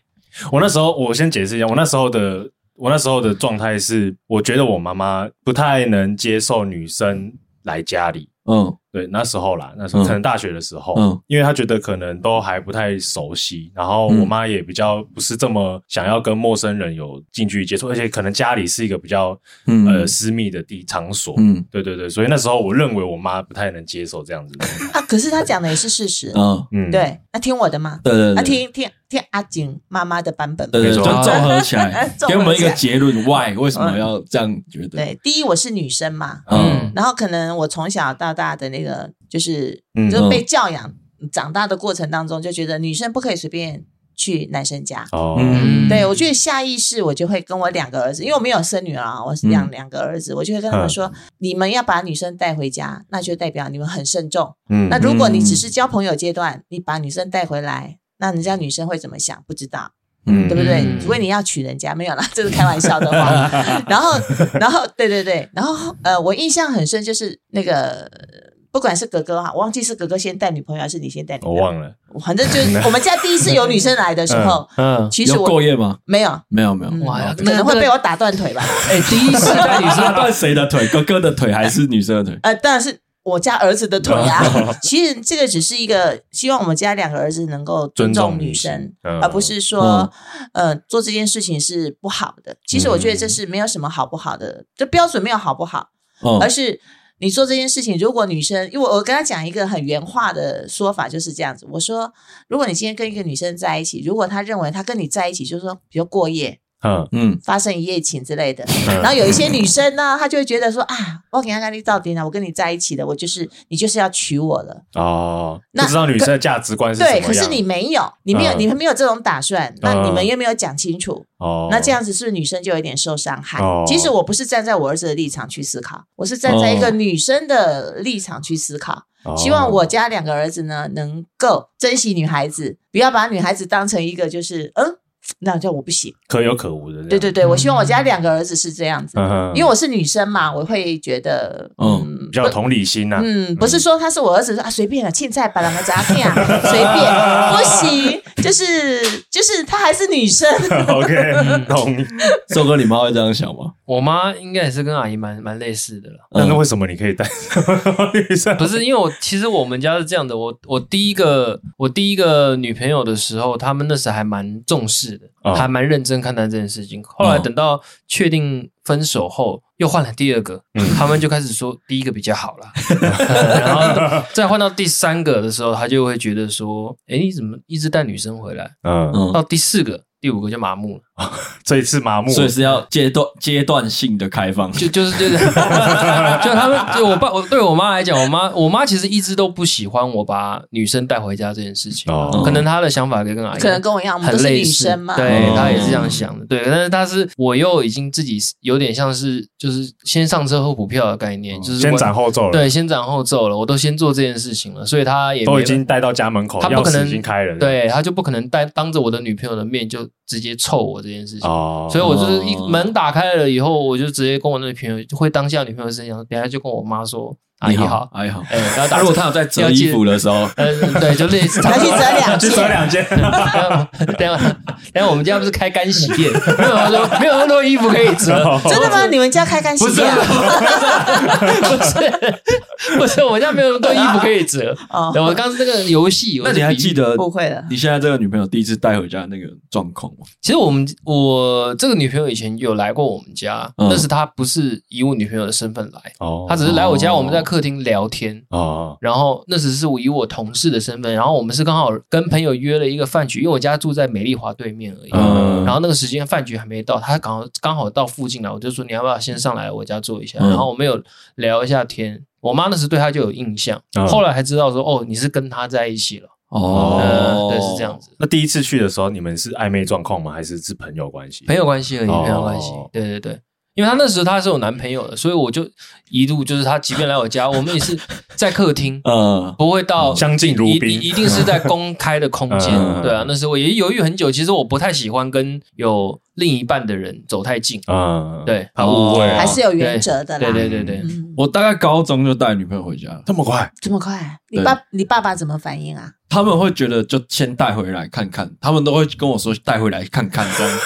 Speaker 2: 我那时候，我先解释一下，我那时候的我那时候的状态是，我觉得我妈妈不太能接受女生来家里。
Speaker 1: 嗯
Speaker 2: 对，那时候啦，那时候
Speaker 1: 嗯
Speaker 2: 可能大学的时候，
Speaker 1: 嗯
Speaker 2: 因为她觉得可能都还不太熟悉，然后
Speaker 1: 嗯
Speaker 2: 我妈也比较不是这么想要跟陌生人有近距离接触，而且可能家里是一个比较、
Speaker 1: 嗯
Speaker 2: 呃私密的地场所，
Speaker 1: 嗯
Speaker 2: 对对对，所以那时候我认为我妈不太能接受这样子的，
Speaker 4: 啊，可是他讲的也是事实，
Speaker 1: 嗯，
Speaker 2: 嗯，，
Speaker 4: 对，那听我的嘛，
Speaker 1: 对对
Speaker 4: 啊，
Speaker 1: 对，
Speaker 4: 听听听阿景妈妈的版本。
Speaker 1: 对对，
Speaker 2: 没
Speaker 1: 就
Speaker 2: 错
Speaker 1: 综合起来
Speaker 4: ，综合起来
Speaker 1: 给我们一个结论，why 为什么要这样觉得？，
Speaker 4: 对，第一我是女生嘛，
Speaker 1: 嗯
Speaker 4: 然后可能我从小到大的那个就是
Speaker 2: 嗯
Speaker 4: 就是被教养长大的过程当中，就觉得女生不可以随便去男生家。
Speaker 2: 哦，
Speaker 1: 嗯
Speaker 4: 对，我觉得下意识我就会跟我两个儿子，因为我没有生女儿啊，我是养
Speaker 1: 嗯
Speaker 4: 两个儿子，我就会跟他们说，你们要把女生带回家，那就代表你们很慎重。
Speaker 2: 嗯
Speaker 4: 那如果你只是交朋友阶段，你把女生带回来，那人家女生会怎么想？不知道。
Speaker 2: 嗯
Speaker 4: 对不对
Speaker 3: 嗯？
Speaker 4: 除非你要娶人家，没有啦，这是开玩笑的话。然后，然后，对对对，然后呃，我印象很深，就是那个呃不管是哥哥哈，我忘记是哥哥先带女朋友还是你先带女
Speaker 2: 我
Speaker 4: 朋友，
Speaker 2: 忘了，
Speaker 4: 反正就是我们家第一次有女生来的时候，
Speaker 3: 嗯，
Speaker 4: 其实
Speaker 1: 有
Speaker 4: 我嗯
Speaker 1: 过夜吗？
Speaker 4: 没有，
Speaker 1: 没有没有，
Speaker 3: 哇
Speaker 4: 哇，可
Speaker 3: 那
Speaker 4: 能会
Speaker 3: 那
Speaker 4: 被我打断腿吧。
Speaker 3: 哎，第一 次带女
Speaker 1: 你是
Speaker 3: 生，
Speaker 1: 断谁的腿？哥哥的腿还是女生的腿？
Speaker 4: 呃，当然是我家儿子的腿啊。 其实这个只是一个希望我们家两个儿子能够尊重女生，
Speaker 2: 尊重女性嗯
Speaker 4: 而不是说、呃做这件事情是不好的。其实我觉得这是没有什么好不好的，这标准没有好不好，
Speaker 1: 嗯
Speaker 4: 而是。你做这件事情，如果女生，因为我我跟他讲一个很原话的说法，就是这样子。我说，如果你今天跟一个女生在一起，如果她认为她跟你在一起，就是说，比如过夜，
Speaker 2: 嗯
Speaker 1: 嗯
Speaker 4: 发生一夜情之 类的。然后有一些女生呢， 她就会觉得说啊，我跟阿甘丽到底呢，我跟你在一起的，我就是你就是要娶我了。
Speaker 2: 哦，不
Speaker 4: 那
Speaker 2: 知道女生的价值 观是什么
Speaker 4: 对，
Speaker 2: 样，
Speaker 4: 可是你没有，你没有，
Speaker 2: 嗯
Speaker 4: 你没有这种打算，那你们又没有讲清楚，
Speaker 2: 哦，
Speaker 4: 那这样子是不是女生就有点受伤害
Speaker 2: 哦？
Speaker 4: 其实我不是站在我儿子的立场去思考，我是站在一个女生的立场去思考。
Speaker 2: 哦
Speaker 4: 希望我家两个儿子呢，能够珍惜女孩子，不要把女孩子当成一个就是嗯，那叫我不行。
Speaker 2: 可有可无的这样，
Speaker 4: 对对对，我希望我家两个儿子是这样子。
Speaker 2: 嗯哼，
Speaker 4: 因为我是女生嘛，我会觉得，
Speaker 1: 嗯
Speaker 4: 嗯
Speaker 2: 比，较有同理心呐、
Speaker 4: 嗯，不是说他是我儿子，说啊随便了，青菜把两个砸 片啊，随便不行，就是就是她还是女生，
Speaker 2: OK，懂。
Speaker 1: 寿哥，你妈会这样想吗？
Speaker 3: 我妈应该也是跟阿姨蛮蛮类似的啦。
Speaker 2: 那那
Speaker 1: 嗯
Speaker 2: 为什么你可以带 女生？
Speaker 3: 不是因为我，其实我们家是这样的，我我第一个我第一个女朋友的时候，他们那时还蛮重视的，
Speaker 2: 哦
Speaker 3: 还蛮认真看待这件事情。后来等到确定分手后，又换了第二个，
Speaker 2: 嗯
Speaker 3: 他们就开始说第一个比较好 了，然后再换到第三个的时候，他就会觉得说，哎，你怎么一直带女生回来？
Speaker 2: 嗯，
Speaker 1: 嗯，
Speaker 3: 到第四个、第五个就麻木了，
Speaker 2: 这一次麻木，
Speaker 1: 所以是要阶段阶段性的开放，
Speaker 3: 就就是 就是，就他们就我爸我对我妈来讲，我妈我妈其实一直都不喜欢我把女生带回家这件事情，
Speaker 2: 哦
Speaker 3: 可能她的想法跟跟
Speaker 1: 哎
Speaker 3: 阿姨
Speaker 4: 可能跟我一样，我们
Speaker 3: 很
Speaker 4: 都是
Speaker 3: 类
Speaker 4: 女
Speaker 3: 似，
Speaker 4: 生嘛，
Speaker 3: 对
Speaker 1: 哦
Speaker 3: 她也是这样想的，对，但是她是我又已经自己有点像是就是先上车后补票的概念，就是
Speaker 2: 先
Speaker 3: 我
Speaker 2: 斩后奏了，
Speaker 3: 对，先斩后奏了，我都先做这件事情了，所以她也没
Speaker 2: 都已经带到家门口，
Speaker 3: 他不
Speaker 2: 钥
Speaker 3: 可
Speaker 2: 匙
Speaker 3: 能
Speaker 2: 已经开了，
Speaker 3: 对，她就不可能带当着我的女朋友的面就直接臭我这件事情，
Speaker 2: 哦，
Speaker 3: 所以我就是一
Speaker 1: 哦
Speaker 3: 门打开了以后，我就直接跟我那个朋友，就会当下女朋友身上，等下就跟我妈说：“阿
Speaker 1: 你
Speaker 3: 姨好，
Speaker 1: 哎好。
Speaker 3: 哎，然后
Speaker 1: 那
Speaker 3: 打
Speaker 1: 如果他有在折衣服的时候，
Speaker 3: 呃，对，就类似，
Speaker 4: 拿去 折两
Speaker 2: 去
Speaker 4: 件，
Speaker 2: 折两件，
Speaker 3: 等一下，等一下，我们家不是开干洗 店，没有人说没有那么多衣服可以折，
Speaker 1: 哦
Speaker 4: 真的吗？你们家开干洗店啊？
Speaker 3: 不是，不是，我们家没有那么多衣服可以折。对
Speaker 4: 哦，
Speaker 3: 我刚刚是那个游戏，
Speaker 1: 那你还记
Speaker 3: 得？
Speaker 1: 得
Speaker 4: 误会了，
Speaker 1: 你现在这个女朋友第一次带回家的那个状况吗？
Speaker 3: 其实我们我这个女朋友以前有来过我们家，
Speaker 1: 嗯
Speaker 3: 但是她不是以我女朋友的身份来，
Speaker 2: 哦
Speaker 3: 她只是来我家，
Speaker 1: 哦
Speaker 3: 我们在客厅聊天。
Speaker 2: 哦，
Speaker 3: 然后那只是我以我同事的身份，然后我们是刚好跟朋友约了一个饭局，因为我家住在美丽华对面而已。
Speaker 2: 嗯
Speaker 3: 然后那个时间饭局还没到，他刚好刚好到附近了，我就说你要不要先上来我家坐一下？
Speaker 1: 嗯
Speaker 3: 然后我们有聊一下天，我妈那时对他就有印象，
Speaker 2: 嗯
Speaker 3: 后来才知道说哦你是跟他在一起了，
Speaker 1: 哦
Speaker 3: 呃，对是这样。子，
Speaker 2: 那第一次去的时候，你们是暧昧状况吗？还是是朋友关系？
Speaker 3: 朋友关系而已，
Speaker 2: 哦
Speaker 3: 朋友关系，对对对。因为他那时候他是有男朋友的，所以我就一路就是他，即便来我 家，我们也是在客厅，
Speaker 1: 呃，
Speaker 3: 不会到
Speaker 2: 相敬如
Speaker 3: 一
Speaker 2: 宾
Speaker 3: 一一定是在公开的空间
Speaker 2: 嗯。
Speaker 3: 对啊，那时候我也犹豫很久。其实我不太喜欢跟有另一半的人走太近。
Speaker 2: 嗯，
Speaker 3: 对
Speaker 2: 怕误会
Speaker 1: 哦
Speaker 2: 了，
Speaker 4: 哦还是有原则的啦
Speaker 3: 对。对对对，
Speaker 4: 嗯，
Speaker 1: 我大概高中就带女朋友回家了，
Speaker 2: 这么快，
Speaker 4: 这么快，
Speaker 1: 对
Speaker 4: 你爸你爸爸怎么反应啊？
Speaker 1: 他们会觉得就先带回来看看，他们都会跟我说带回来看看这样，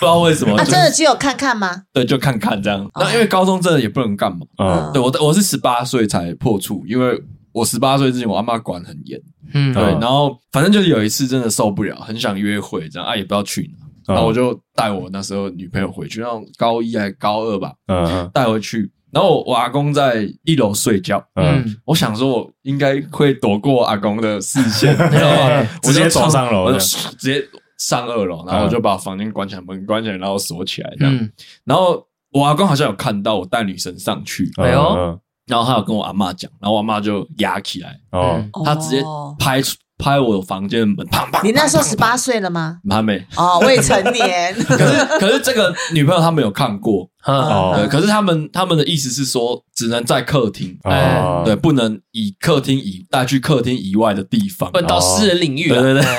Speaker 1: 不知道为什么，
Speaker 4: 啊，
Speaker 1: 哦就是
Speaker 4: 真的只有看看吗？
Speaker 1: 对，就看看这样。
Speaker 4: 哦
Speaker 1: 那因为高中真的也不能干嘛，
Speaker 2: 嗯，
Speaker 1: 哦对我我是十八岁才破处，因为我十八岁之前我阿妈管很严，
Speaker 3: 嗯，
Speaker 1: 对，
Speaker 2: 嗯
Speaker 1: 然后反正就是有一次真的受不了，很想约会这样，啊也不知道去哪，
Speaker 3: 嗯
Speaker 1: 然后我
Speaker 2: 就，
Speaker 1: 就带我那时候女朋友回去，那种高一还是高二吧，
Speaker 2: 嗯
Speaker 1: 带回去，然后我我阿公在一楼睡觉。
Speaker 2: 嗯，
Speaker 3: 嗯，
Speaker 1: 我想说，我应该会躲过阿公的视线， 你知道吗？我就
Speaker 2: 直接走
Speaker 1: 冲
Speaker 2: 上楼
Speaker 1: 我就
Speaker 2: 这嗯
Speaker 1: 直接上二楼，然后我就把房间关起来，门关起来，然后锁起来这样。
Speaker 3: 嗯，
Speaker 1: 然后我阿公好像有看到我带女生上去，
Speaker 3: 哎呦
Speaker 2: 嗯，
Speaker 1: 然后他有跟我阿妈讲，然后我阿妈就压起来，
Speaker 2: 嗯哦，
Speaker 1: 他直接
Speaker 4: 哦
Speaker 1: 拍出拍我房间的门，砰砰。
Speaker 4: 你那时候十八岁了吗？
Speaker 1: 还没，
Speaker 4: 哦，未成 年。
Speaker 1: 可是可是这个女朋友她没有看过，
Speaker 3: 嗯
Speaker 2: 哦
Speaker 1: 对，可是他们他们的意思是说，只能在客厅，
Speaker 3: 哎
Speaker 2: 哦
Speaker 1: 对，，不能以客厅以带去客厅以外的地方啊
Speaker 2: 哦
Speaker 3: 不。能到私人领域啊了。
Speaker 1: 对对
Speaker 3: 对，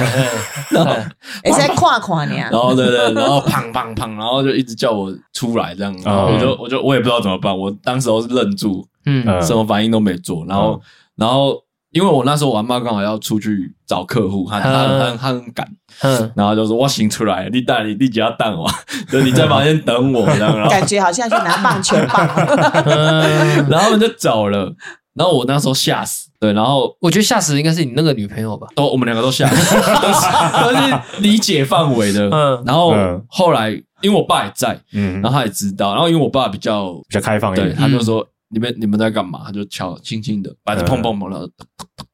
Speaker 3: 嗯
Speaker 4: 你在跨跨你 啊
Speaker 1: 然？后对对，然后砰砰砰，然后就一直叫我出来这样，然后
Speaker 2: 嗯
Speaker 1: 我就我就我也不知道怎么办，我当时候是愣住，
Speaker 3: 嗯
Speaker 2: 嗯
Speaker 1: 什么反应都没做。然后，然后因为我那时候我阿妈刚好要出去找客户，她她她她她很赶，
Speaker 3: 嗯，
Speaker 1: 然后就说我醒出来，你带你你只要带我， 就你在房间等我，这 样，然后
Speaker 4: 感觉好像去拿棒球棒哦。
Speaker 3: 嗯
Speaker 1: 然后他们就走了。然后我那时候吓死，对，然后
Speaker 3: 我觉得吓死的应该是你那个女朋友吧？
Speaker 1: 都我们两个都吓死， 都是都是理解范围的。
Speaker 3: 嗯
Speaker 1: 然后
Speaker 2: 嗯
Speaker 1: 后来因为我爸也在，
Speaker 2: 嗯
Speaker 1: 然，后他也知道，然后因为我爸比较
Speaker 2: 比较开放一
Speaker 1: 对，
Speaker 2: 点，
Speaker 1: 他
Speaker 4: 嗯
Speaker 1: 就说、你们你们在干嘛？他就敲轻轻的，反正
Speaker 2: 嗯
Speaker 1: 砰砰砰，然后咚咚咚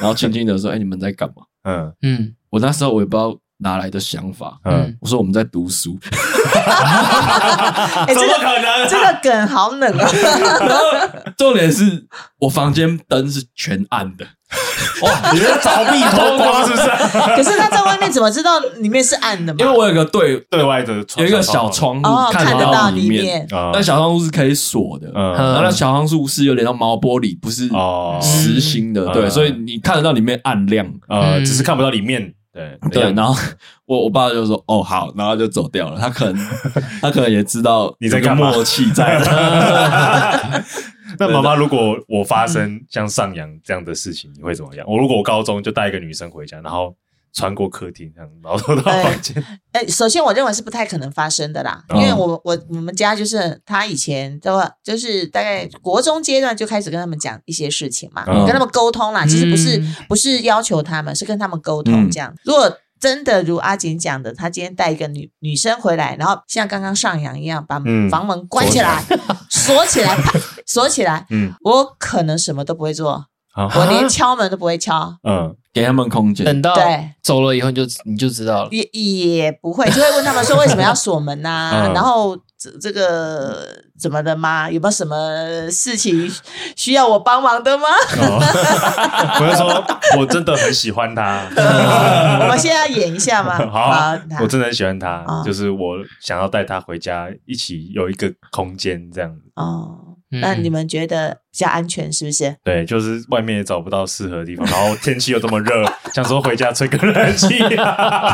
Speaker 1: 然后轻轻的说：“哎、你们在干嘛
Speaker 2: 嗯？”
Speaker 3: 嗯
Speaker 1: 我那时候我也不知道哪来的想法，
Speaker 2: 嗯，
Speaker 3: 嗯，
Speaker 1: 我说我们在读书，
Speaker 4: 哎，这 个
Speaker 2: 可能
Speaker 4: 这个梗好冷啊！
Speaker 1: 重点是我房间灯是全暗的，
Speaker 2: 哇，你在逃避偷光是不 是？
Speaker 4: 可是他在外面怎么知道里面是暗的
Speaker 1: 因为
Speaker 4: 嘛？
Speaker 1: 我有个对
Speaker 2: 对外的窗
Speaker 1: 有一个小，窗
Speaker 4: 哦
Speaker 1: 户，
Speaker 4: 看得
Speaker 1: 到
Speaker 4: 到里
Speaker 1: 面，
Speaker 4: 面。
Speaker 2: 啊
Speaker 1: 但小窗户是可以锁的，
Speaker 2: 嗯
Speaker 1: 然后那小窗户是有点像毛玻璃，不是
Speaker 2: 哦
Speaker 1: 实心的，
Speaker 2: 嗯
Speaker 1: 对，
Speaker 2: 嗯
Speaker 1: 所以你看得到里面暗亮。
Speaker 2: 呃，
Speaker 3: 嗯
Speaker 2: 只是看不到里面，对
Speaker 1: 对，然后我我爸就说：“哦，好。”然后就走掉了。他可 能他可能也知道
Speaker 2: 你在
Speaker 1: 有个
Speaker 2: 干嘛
Speaker 1: 默契在。
Speaker 2: 那妈妈，如果我发生像上扬这样的事情，你会怎么样？我如果我高中就带一个女生回家，然后穿过客厅这样，然后走到房间，
Speaker 4: 哎，首先我认为是不太可能发生的啦，因
Speaker 1: 嗯
Speaker 4: 为我我我们家就是他以前对吧，就是大概国中阶段就开始跟他们讲一些事情嘛，
Speaker 2: 嗯
Speaker 4: 跟他们沟通啦。其实不是
Speaker 3: 嗯
Speaker 4: 不是要求他们，是跟他们沟通
Speaker 1: 嗯
Speaker 4: 这样。如果真的如阿锦讲的，他今天带一个女女生回来，然后像刚刚上扬一样把
Speaker 2: 嗯
Speaker 4: 房门关起来，锁起来，啪锁起来。
Speaker 2: 嗯，
Speaker 4: 我可能什么都不会做，
Speaker 2: 好，
Speaker 4: 我连敲门都不会敲，
Speaker 2: 啊嗯，
Speaker 1: 给他们空间。
Speaker 3: 等到
Speaker 4: 对
Speaker 3: 走了以后，你就你就 知道了。
Speaker 4: 也也不会，就会问他们说为什么要锁门呐、
Speaker 2: 嗯
Speaker 4: 然后这这个怎么的吗？有没有什么事情需要我帮 忙的吗？
Speaker 2: 哦我就说我真的很喜欢他，
Speaker 4: 我们现在演一下吗？
Speaker 2: 好啊，我真
Speaker 4: 的
Speaker 2: 的很喜欢他，
Speaker 4: 哦
Speaker 2: 就是我想要带他回家，一起有一个空间这样子。
Speaker 4: 哦，
Speaker 3: 嗯
Speaker 4: 那你们觉得比较安全是不是？
Speaker 2: 对，就是外面也找不到适合的地方，然后天气又这么热， 想说回家吹个冷气、啊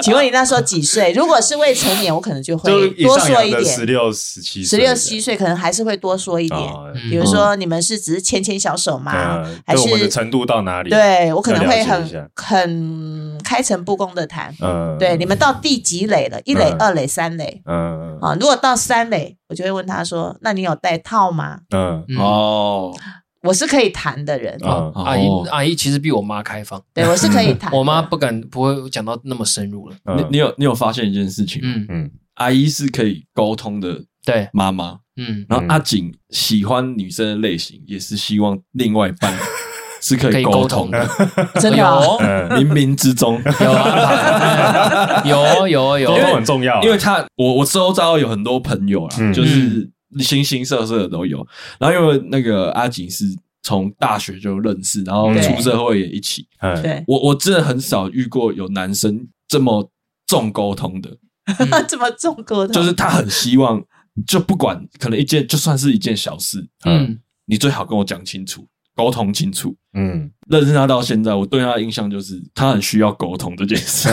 Speaker 4: 请问你那时候几岁？如果是未成年，我可能就
Speaker 2: 就
Speaker 4: 会
Speaker 2: 以
Speaker 4: 多
Speaker 2: 上
Speaker 4: 说
Speaker 2: 扬
Speaker 4: 一
Speaker 2: 的十
Speaker 4: 点，
Speaker 2: 六、十七、
Speaker 4: 十六七岁可能还是会多说一点。
Speaker 2: 啊，
Speaker 3: 嗯
Speaker 4: 比如说，你们是只是牵牵小手吗？
Speaker 2: 嗯
Speaker 4: 还
Speaker 2: 对我们的
Speaker 4: 是
Speaker 2: 程度到哪里？，
Speaker 4: 对我可能会
Speaker 2: 要了解一
Speaker 4: 很
Speaker 2: 下
Speaker 4: 很开诚布公的谈。
Speaker 2: 嗯，
Speaker 4: 对，你们到第几垒了？一垒、
Speaker 2: 嗯
Speaker 4: 二垒、三垒
Speaker 2: 嗯，嗯
Speaker 4: 啊？如果到三垒，我就会问他说：“那你有带套吗
Speaker 2: 嗯，
Speaker 3: 嗯
Speaker 1: 哦，？”
Speaker 4: 我是可以谈的人，
Speaker 2: 嗯
Speaker 1: 哦
Speaker 3: 阿姨阿姨其实比我妈开放，
Speaker 4: 对我是可以谈 的。
Speaker 3: 我妈不敢不会讲到那么深入了。
Speaker 1: 你
Speaker 2: 嗯，
Speaker 1: 你有你有发现一件事情吗？
Speaker 3: 嗯，
Speaker 2: 嗯，
Speaker 1: 阿姨是可以沟通的
Speaker 3: 对，
Speaker 1: 妈妈，
Speaker 3: 嗯，
Speaker 1: 然后
Speaker 2: 嗯
Speaker 1: 阿景喜欢女生的类型，也是希望另外一 半是可
Speaker 3: 可
Speaker 1: 以
Speaker 3: 以
Speaker 1: 沟
Speaker 3: 沟
Speaker 1: 通
Speaker 3: 通
Speaker 1: 的，
Speaker 4: 真的
Speaker 3: 有
Speaker 4: 啊
Speaker 3: 哦
Speaker 2: 嗯，
Speaker 1: 冥冥之中。
Speaker 3: 有啊，有 哦有哦有
Speaker 2: 沟通
Speaker 3: 哦，
Speaker 2: 很重要，啊
Speaker 1: 因为他我我周遭有很多朋友啦，
Speaker 2: 嗯
Speaker 1: 就是形形色色的都有。然后因为那个阿景是从大学就认识，然后
Speaker 2: 对
Speaker 1: 出社会也一起。
Speaker 2: 嗯
Speaker 4: 对，
Speaker 1: 我我真的很少遇过有男生这么重沟通的，
Speaker 3: 嗯
Speaker 4: 这么重沟
Speaker 2: 啊
Speaker 4: 通，
Speaker 1: 就是他很希望，就不管可能一件就算是一件小事，
Speaker 2: 嗯
Speaker 3: 嗯
Speaker 1: 你最好跟我讲清楚，沟通清楚。
Speaker 2: 嗯，
Speaker 1: 认识他到现在，我对他的印象就是他很需要沟通这件 事。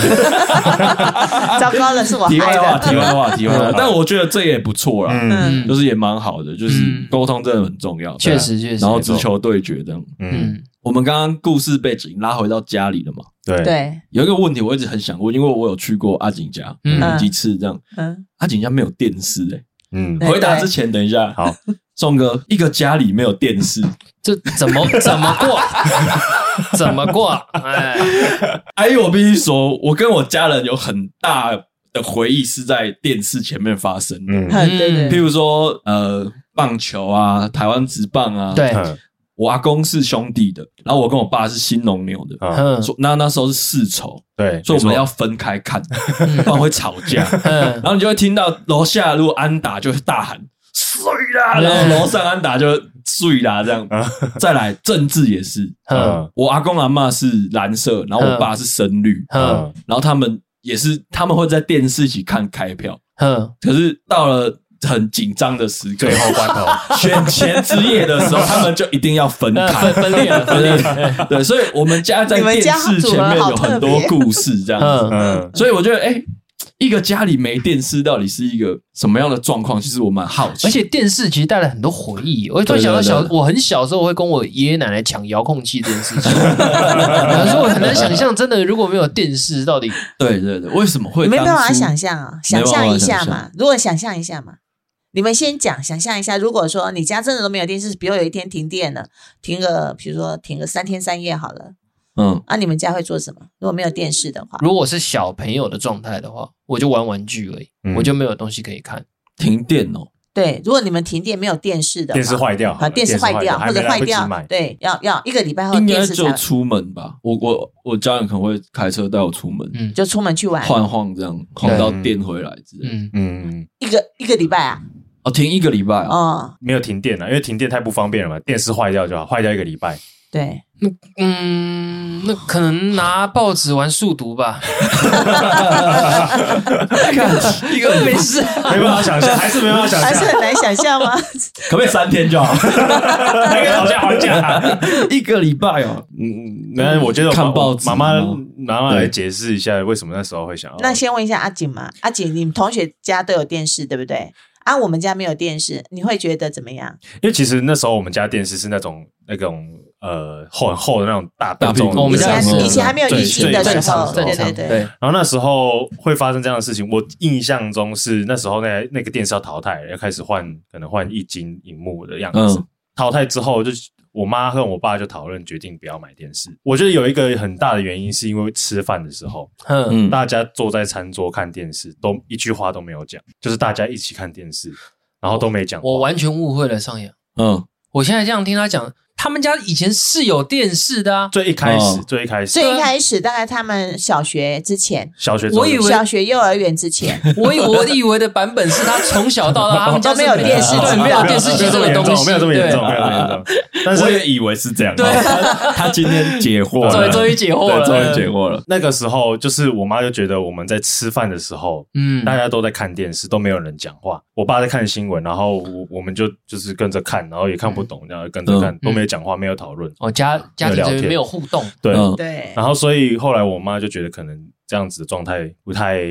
Speaker 4: 糟糕了，是我
Speaker 1: 题
Speaker 4: 害
Speaker 1: 外话，
Speaker 4: 的。
Speaker 1: 题外话，题外
Speaker 2: 啊
Speaker 1: 话。但我觉得这也不错啦，
Speaker 2: 嗯
Speaker 4: 嗯
Speaker 1: 就是也蛮好的，就是
Speaker 3: 嗯
Speaker 1: 沟通真的很重要。
Speaker 3: 确实确实，
Speaker 1: 然后直球对决这样。
Speaker 2: 嗯，
Speaker 3: 嗯
Speaker 1: 我们刚刚故事背景拉回到家里了嘛？
Speaker 2: 对，
Speaker 4: 对，
Speaker 1: 有一个问题我一直很想问，因为我有去过阿景家
Speaker 3: 嗯
Speaker 1: 几次，这样
Speaker 4: 嗯，
Speaker 1: 阿景家没有电视哎、
Speaker 2: 嗯
Speaker 4: 对
Speaker 1: 回答之前，等一下，
Speaker 2: 好，
Speaker 1: 宋哥，一个家里没有电视，
Speaker 3: 这怎么怎么过？ 怎么过？哎，
Speaker 1: 哎，我必须说，我跟我家人有很大的回忆是在电视前面发生的，
Speaker 2: 嗯，
Speaker 4: 嗯对
Speaker 1: 譬
Speaker 4: 对，
Speaker 1: 如说呃棒球啊，台湾职棒啊，
Speaker 3: 对
Speaker 2: 嗯
Speaker 1: 我阿公是兄弟的，然后我跟我爸是新农牛的，
Speaker 2: 啊，
Speaker 3: 嗯
Speaker 1: 所那那时候是世仇，
Speaker 2: 对，
Speaker 1: 所以我
Speaker 2: 没
Speaker 1: 们
Speaker 2: 错
Speaker 1: 要分开 看，不然会吵架。
Speaker 3: 嗯
Speaker 1: 然后你就会听到楼下如果安打就会大喊“碎啦”，
Speaker 3: 嗯
Speaker 1: 然后楼上安打就“碎啦”这样
Speaker 2: 啊。
Speaker 1: 再来政治也是，
Speaker 3: 嗯
Speaker 2: 嗯
Speaker 1: 我阿公阿嬷是蓝色，然后我爸是深绿，
Speaker 3: 嗯
Speaker 2: 嗯
Speaker 1: 然后他们也是他们会在电视一起看开票，
Speaker 3: 嗯，
Speaker 1: 可是到了很紧张的时刻
Speaker 2: 最。后关头，
Speaker 1: 选前之夜的时候，他们就一定要分
Speaker 3: 那
Speaker 1: 开
Speaker 3: 分，呃分裂了，分裂 了。
Speaker 1: 对，所以我们家在
Speaker 4: 你们
Speaker 1: 电
Speaker 4: 家
Speaker 1: 视
Speaker 4: 组
Speaker 1: 前
Speaker 4: 合
Speaker 1: 面
Speaker 4: 好
Speaker 1: 有很
Speaker 4: 特
Speaker 1: 多
Speaker 4: 别
Speaker 1: 故事这样子，
Speaker 3: 嗯
Speaker 2: 嗯
Speaker 1: 所以我觉得，哎、一个家里没电视到底是一个什么样的状况？其实我蛮好奇，
Speaker 3: 而且电视其实带来很多回忆。我突然想到小，我很小时候会跟我爷爷奶奶抢遥控器这件事情， 可是我很难想象，真的如果没有电视，到底
Speaker 1: 对对对，为什么会
Speaker 4: 你没办法
Speaker 1: 当初
Speaker 4: 想象啊，
Speaker 1: 没
Speaker 4: 想
Speaker 1: 办法
Speaker 4: 象一下
Speaker 1: 想
Speaker 4: 嘛
Speaker 1: 象。
Speaker 4: 如果想象一下嘛，你们先讲，想象一下，如果说你家真的都没有电视，比如有一天停电了，停个，比如说停个三天三夜好了，
Speaker 1: 嗯，
Speaker 4: 啊，你们家会做什么？如果没有电视的话，
Speaker 3: 如果是小朋友的状态的话，我就玩玩具而已，
Speaker 2: 嗯
Speaker 3: 我就没有东西可以看。
Speaker 1: 停电哦，
Speaker 4: 对，如果你们停电没有电视的话，
Speaker 2: 电视坏掉好了，
Speaker 4: 啊，电视坏掉
Speaker 2: 还
Speaker 4: 或者
Speaker 2: 没来
Speaker 4: 坏
Speaker 2: 不及
Speaker 4: 掉
Speaker 2: 买，
Speaker 4: 对，要要一个礼拜
Speaker 3: 哦
Speaker 4: 后
Speaker 1: 应该
Speaker 4: 电视
Speaker 1: 就
Speaker 4: 才
Speaker 1: 出门吧。我我我家人可能会开车带我出门
Speaker 3: 嗯
Speaker 4: 就出门去玩，
Speaker 1: 晃晃，这样晃到电回来之类的。
Speaker 3: 嗯，
Speaker 2: 嗯，
Speaker 4: 一个一个礼拜啊，
Speaker 1: 哦，停一个礼拜啊，
Speaker 4: 哦，
Speaker 2: 没有停电啊了，因为停电太不方便了嘛，电视坏掉就好，坏掉一个礼拜，
Speaker 4: 对，
Speaker 3: 嗯，那可能拿报纸玩数独吧，
Speaker 1: 看一个礼
Speaker 3: 没
Speaker 1: 拜
Speaker 3: 事。
Speaker 2: 没办法想 象，还是没办法想
Speaker 4: 还是
Speaker 2: 象，
Speaker 4: 很难想 象吗？
Speaker 1: 可不可以三天 就好？
Speaker 2: 还可以讨价还 价。
Speaker 1: 啊一个礼拜哦，
Speaker 2: 嗯，那我觉得我
Speaker 1: 看报纸
Speaker 2: 妈妈
Speaker 1: 吗
Speaker 2: 妈妈来解释一下为什么那时候会想要
Speaker 4: 那先问一下阿景嘛，阿景，你们同学家都有电视对不对？啊，我们家没有电视，你会觉得怎么样？
Speaker 2: 因为其实那时候我们家电视是那种那种呃厚很厚的那种大
Speaker 1: 大
Speaker 2: 众
Speaker 1: 屏
Speaker 2: 的
Speaker 1: 幕
Speaker 3: 我
Speaker 4: 以
Speaker 3: 们家
Speaker 4: 前
Speaker 3: 也是
Speaker 4: 以前还没有
Speaker 2: 最
Speaker 4: 疫情的
Speaker 2: 最
Speaker 4: 时候，
Speaker 2: 最
Speaker 4: 对
Speaker 2: 正
Speaker 4: 对
Speaker 2: 常
Speaker 4: 对，
Speaker 2: 然后那时候会发生这样的事情，我印象中是那时候那台那个电视要淘汰，要开始换，可能换一金荧幕的样子。
Speaker 1: 嗯
Speaker 2: 淘汰之后就，我妈和我爸就讨论决定不要买电视。我觉得有一个很大的原因是因为吃饭的时候，
Speaker 3: 嗯，
Speaker 1: 嗯，
Speaker 2: 大家坐在餐桌看电视，都一句话都没有讲，就是大家一起看电视。然后都没讲话。
Speaker 3: 我完全误会了上扬。
Speaker 1: 嗯，
Speaker 3: 我现在这样听他讲，他们家以前是有电视的 啊。
Speaker 2: 最一开
Speaker 1: 哦
Speaker 2: 始，最一开始，
Speaker 4: 最一开始大概他们小学之前，
Speaker 2: 小学
Speaker 3: 我以为
Speaker 4: 小学幼儿园 之前，
Speaker 3: 我以我以为的版本是他从小到大他们家是
Speaker 4: 都没有电视
Speaker 3: 对
Speaker 4: 机
Speaker 3: 没有电视机
Speaker 2: 这
Speaker 3: 这
Speaker 2: 么
Speaker 3: 个
Speaker 2: 严
Speaker 3: 东
Speaker 2: 重，
Speaker 3: 西，
Speaker 2: 没有这么严重，没
Speaker 3: 对
Speaker 2: 有这么严重。但
Speaker 1: 我
Speaker 2: 是
Speaker 1: 也以为是这样。
Speaker 3: 对
Speaker 1: 哦他他今天解惑
Speaker 3: 终
Speaker 1: 了，
Speaker 3: 于终于解惑
Speaker 1: 对
Speaker 3: 了，
Speaker 1: 终于解惑了。
Speaker 2: 那个时候，就是我妈就觉得我们在吃饭的时候，
Speaker 3: 嗯，
Speaker 2: 大家都在看电视，都没有人讲话。我爸在看新闻，然后我我们就就是跟着看，然后也看不懂，然后跟
Speaker 1: 嗯
Speaker 2: 着看，都没有讲话，没有讨论。
Speaker 3: 哦家家
Speaker 2: 没有
Speaker 3: 庭
Speaker 2: 聊
Speaker 3: 成员
Speaker 2: 天
Speaker 3: 没有互动，
Speaker 2: 对，
Speaker 1: 嗯
Speaker 4: 对，
Speaker 2: 然后所以后来我妈就觉得可能这样子的状态不太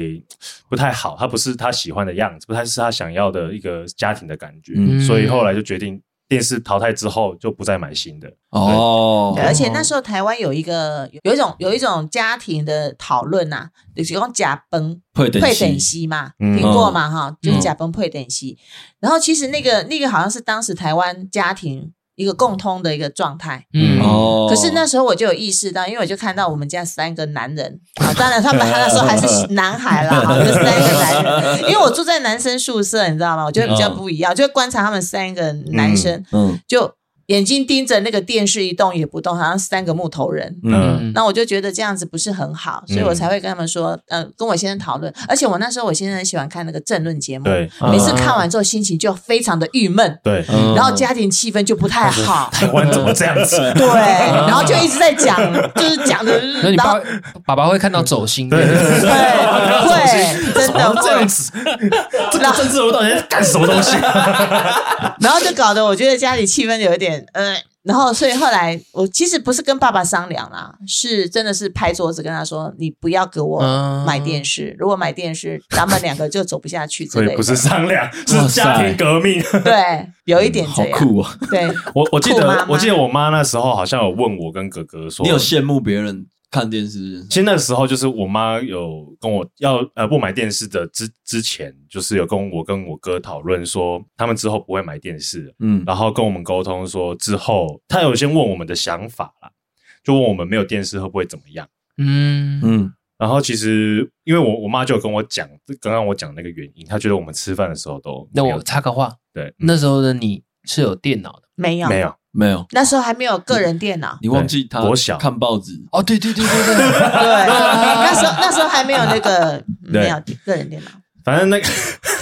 Speaker 2: 不太好，她不是她喜欢的样子，不太是她想要的一个家庭的感觉，
Speaker 1: 嗯
Speaker 2: 所以后来就决定电视淘汰之后就不再买新的。
Speaker 1: 哦
Speaker 4: 对，而且那时候台湾有一个有一种有一种家庭的讨论呐，就是用假崩
Speaker 1: 会等
Speaker 4: 配
Speaker 1: 息
Speaker 4: 等息嘛，
Speaker 2: 嗯
Speaker 4: 听过嘛哈，就是
Speaker 1: 嗯
Speaker 4: 假崩配等息。然后其实那个那个好像是当时台湾家庭一个共通的一个状态。
Speaker 3: 嗯
Speaker 1: 哦，
Speaker 4: 可是那时候我就有意识到，因为我就看到我们家三个男人啊，当然他们那时候还 是男孩啦，啊，就三个男人。因为我住在男生宿舍，你知道吗？我觉得比较不一样，就观察他们三个男生，
Speaker 1: 哦嗯
Speaker 4: 就眼睛盯着那个电视一动也不动，好像三个木头人。
Speaker 1: 嗯
Speaker 3: 嗯
Speaker 4: 那我就觉得这样子不是很好，所以我才会跟他们说，呃，跟我先生讨论。而且我那时候我先生很喜欢看那个政论节目，
Speaker 2: 对
Speaker 1: 嗯
Speaker 4: 每次看完之后心情就非常的郁闷，
Speaker 2: 对，
Speaker 1: 嗯
Speaker 4: 然后家庭气氛就不太好。
Speaker 2: 台湾怎么这样 子？
Speaker 4: 对，然后就一直在讲，就是讲的，
Speaker 3: 那你
Speaker 4: 然
Speaker 3: 爸
Speaker 4: 后
Speaker 3: 爸爸会看到走心的，
Speaker 4: 对会真的
Speaker 2: 这样
Speaker 4: 会，
Speaker 2: 子，这个政治人物到底在干什么东西？
Speaker 4: 然后就搞得我觉得家里气氛有一点呃，然后所以后来我其实不是跟爸爸商量啦，是真的是拍桌子跟他说，你不要给我
Speaker 3: 嗯
Speaker 4: 买电视，如果买电视，咱们两个就走不下去之
Speaker 2: 所
Speaker 4: 类
Speaker 2: 以
Speaker 4: 的。
Speaker 2: 不是商量，
Speaker 1: 哇
Speaker 2: 是
Speaker 1: 塞
Speaker 2: 家庭革命。
Speaker 4: 对，有一点这
Speaker 1: 好
Speaker 4: 样。
Speaker 1: 酷哦！
Speaker 4: 对，
Speaker 2: 我我记
Speaker 4: 酷妈妈
Speaker 2: 得，我记得我妈那时候好像有问我跟哥哥说，
Speaker 1: 你有羡慕别人看电视？
Speaker 2: 其实那个时候就是我妈有跟我要呃不买电视的之之前，就是有跟我跟我哥讨论说，他们之后不会买电视了，
Speaker 1: 嗯
Speaker 2: 然后跟我们沟通说之后，他有先问我们的想法啦，就问我们没有电视会不会怎么样。
Speaker 3: 嗯，
Speaker 1: 嗯
Speaker 2: 然后其实因为我我妈就有跟我讲，刚刚我讲那个原因，她觉得我们吃饭的时候都
Speaker 3: 那
Speaker 2: 没有
Speaker 3: 我插个话，
Speaker 2: 对嗯
Speaker 3: 那时候的你是有电脑的。
Speaker 4: 没有，
Speaker 2: 没有
Speaker 1: 没有，
Speaker 4: 那时候还没有个人 电脑。
Speaker 1: 你忘记他
Speaker 2: 对我小
Speaker 1: 看报纸，
Speaker 3: 哦，对对对对对，
Speaker 4: 对，那时候那时候还没有那个
Speaker 2: 对
Speaker 4: 没有个人电脑。
Speaker 2: 反正那个，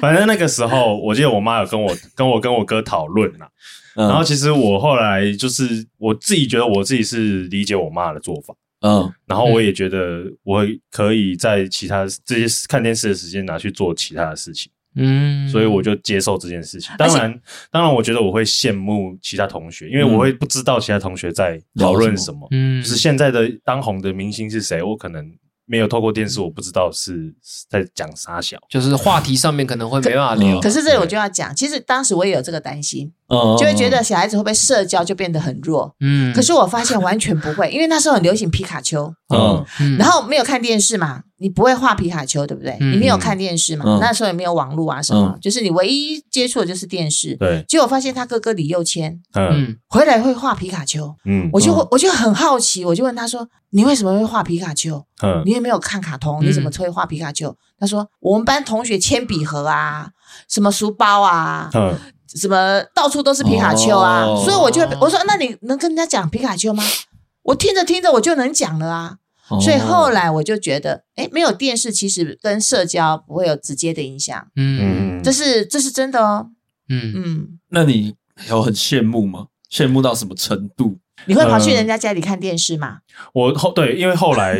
Speaker 2: 反正那个时候，我记得我妈有跟我、跟我、跟我哥讨论啦。
Speaker 1: 嗯
Speaker 2: 然后其实我后来就是我自己觉得我自己是理解我妈的做法，
Speaker 1: 嗯
Speaker 2: 然后我也觉得我可以在其他这些看电视的时间拿去做其他的事情，
Speaker 3: 嗯，
Speaker 2: 所以我就接受这件事情。当然，当然，我觉得我会羡慕其他同学，因为我会不知道其他同学在讨论什么，
Speaker 3: 嗯
Speaker 2: 就是现在的当红的明星是谁，我可能没有透过电视，我不知道是是在讲啥小。
Speaker 3: 就是话题上面可能会没办法聊
Speaker 1: 嗯，
Speaker 4: 可是这里我就要讲，其实当时我也有这个担心，
Speaker 1: 嗯，
Speaker 4: 就会觉得小孩子会不会社交就变得很弱。
Speaker 3: 嗯，
Speaker 4: 可是我发现完全不会，因为那时候很流行皮卡丘，
Speaker 1: 嗯
Speaker 3: 嗯，
Speaker 4: 然后没有看电视嘛，你不会画皮卡丘，对不对？
Speaker 3: 嗯
Speaker 4: 你没有看电视嘛
Speaker 1: 嗯，
Speaker 4: 那时候也没有网络啊什么，就是你唯一接触的就是电视。
Speaker 2: 对，
Speaker 4: 结果发现他哥哥李佑谦
Speaker 2: 嗯
Speaker 3: 嗯
Speaker 4: 回来会画皮卡丘，
Speaker 2: 嗯
Speaker 4: 我就
Speaker 1: 嗯
Speaker 4: 我就很好奇，我就问他说：“你为什么会画皮卡丘？
Speaker 2: 嗯
Speaker 4: 你也没有看卡通，
Speaker 3: 嗯
Speaker 4: 你怎么会画皮卡丘？”他说：“我们班同学铅笔盒啊，什么书包啊，
Speaker 2: 嗯，
Speaker 4: 什么到处都是皮卡丘啊。
Speaker 1: 哦
Speaker 4: 所以我就我说：“那你能跟人家讲皮卡丘吗？”我听着听着我就能讲了啊。
Speaker 1: 哦
Speaker 2: 哦
Speaker 4: 所以后来我就觉得，哎，没有电视其实跟社交不会有直接的影响，
Speaker 3: 嗯
Speaker 2: 嗯，
Speaker 4: 这是这是真的哦。
Speaker 3: 嗯，
Speaker 4: 嗯，
Speaker 1: 那你有很羡慕吗？羡慕到什么程度？
Speaker 4: 你会跑去人家家里看电视吗？
Speaker 2: 我后对，因为后来，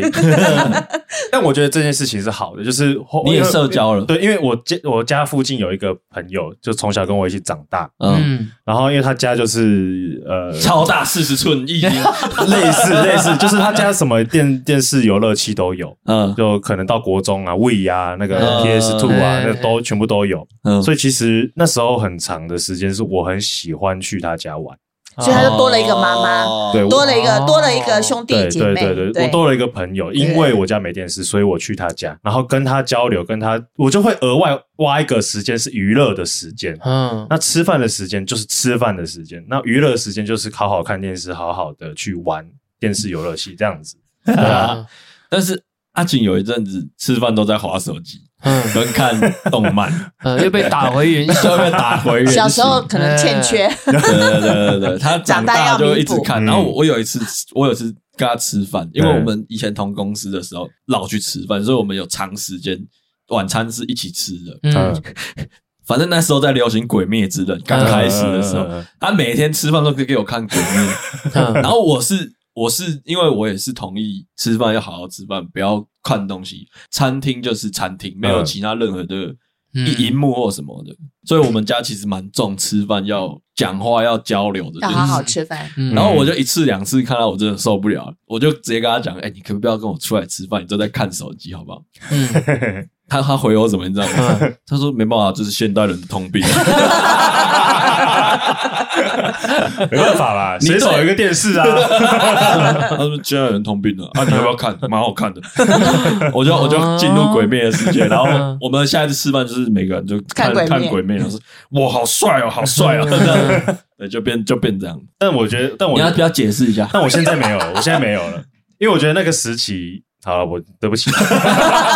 Speaker 2: 但我觉得这件事情是好的，就是后
Speaker 1: 你也
Speaker 2: 因为
Speaker 1: 社交了
Speaker 2: 对，因为我家我家附近有一个朋友，就从小跟我一起长大，
Speaker 1: 嗯，
Speaker 2: 然后因为他家就是呃，
Speaker 1: 超大四十寸液晶，
Speaker 2: 类似类似，就是他家什么电电视游乐器都有，
Speaker 1: 嗯
Speaker 2: 就可能到国中啊、We 啊、那个
Speaker 1: 嗯
Speaker 2: PS Two 啊，
Speaker 3: 嗯
Speaker 2: 那都全部都有，
Speaker 1: 嗯，
Speaker 2: 所以其实那时候很长的时间是我很喜欢去他家玩，
Speaker 3: 嗯
Speaker 4: 所以他就多了一个妈妈
Speaker 1: 哦
Speaker 2: 对我
Speaker 4: 多了一个
Speaker 3: 哦
Speaker 4: 多了一个兄弟
Speaker 2: 嗯对
Speaker 4: 姐
Speaker 2: 对
Speaker 4: 妹，
Speaker 2: 对对，我多了一个朋友，因为我家没电视，所以我去他家，然后跟他交流，跟他我就会额外挖一个时间是娱乐的时间。
Speaker 3: 嗯
Speaker 2: 那吃饭的时间就是吃饭的时间，那娱乐的时间就是好好看电视，好好的去玩电视
Speaker 3: 嗯
Speaker 2: 游乐戏这样子。对啊，
Speaker 3: 啊，
Speaker 1: 但是阿锦有一阵子吃饭都在划手机，
Speaker 3: 嗯
Speaker 1: 跟看动 漫，
Speaker 3: 嗯，又被打回原形
Speaker 1: 就。会被打回原形。
Speaker 4: 小时候可能欠缺，
Speaker 2: 哎
Speaker 1: 对对对 对对，他长
Speaker 4: 长大
Speaker 1: 大
Speaker 4: 要
Speaker 1: 就一
Speaker 4: 弥
Speaker 1: 直
Speaker 4: 补
Speaker 1: 看。
Speaker 2: 嗯
Speaker 1: 然后我我有一次，我有一次跟他吃饭，因为
Speaker 2: 对
Speaker 1: 我们以前同公司的时候老去吃饭，所以我们有长时间晚餐是一起吃的。
Speaker 3: 嗯
Speaker 2: 嗯，
Speaker 1: 反正那时候在流行《鬼灭之刃》刚开始的时候，
Speaker 2: 嗯
Speaker 1: 他每天吃饭都可以给我看《鬼灭》
Speaker 3: 嗯，
Speaker 1: 然后我是我是因为我也是同意吃饭要好好吃饭，不要看东西。餐厅就是餐厅，没有
Speaker 2: 嗯
Speaker 1: 其他任何的
Speaker 3: 嗯
Speaker 1: 一荧幕或什么的。所以我们家其实蛮重吃饭要讲话要交流的，就
Speaker 4: 要
Speaker 1: 是
Speaker 4: 好好吃 饭。
Speaker 3: 嗯
Speaker 1: 然后我就一次两次看到我真的受不了了，我就直接跟他讲：“哎、你可不可以不要跟我出来吃饭，你都在看手机，好不好
Speaker 3: 嗯？”
Speaker 1: 他他回我什么，你知道吗？他说：“没办法，这是现代人的通病。
Speaker 2: 嗯没办法 啦，随手有一个电视啊，”
Speaker 1: 他说：“现代人通病了啊，你要不要 看？蛮好看的。”我就我就进入鬼灭的世界，然后我们下一次吃饭就是每个人就看
Speaker 4: 看鬼灭
Speaker 1: 看鬼灭，然后说：“哇，好帅哦，好帅哦！”这样 对，就变就变这样。
Speaker 2: 但我觉得，但我
Speaker 1: 你要不要解释一下？
Speaker 2: 但我现在没有了，我现在没有了，因为我觉得那个时期，好了，我对不起，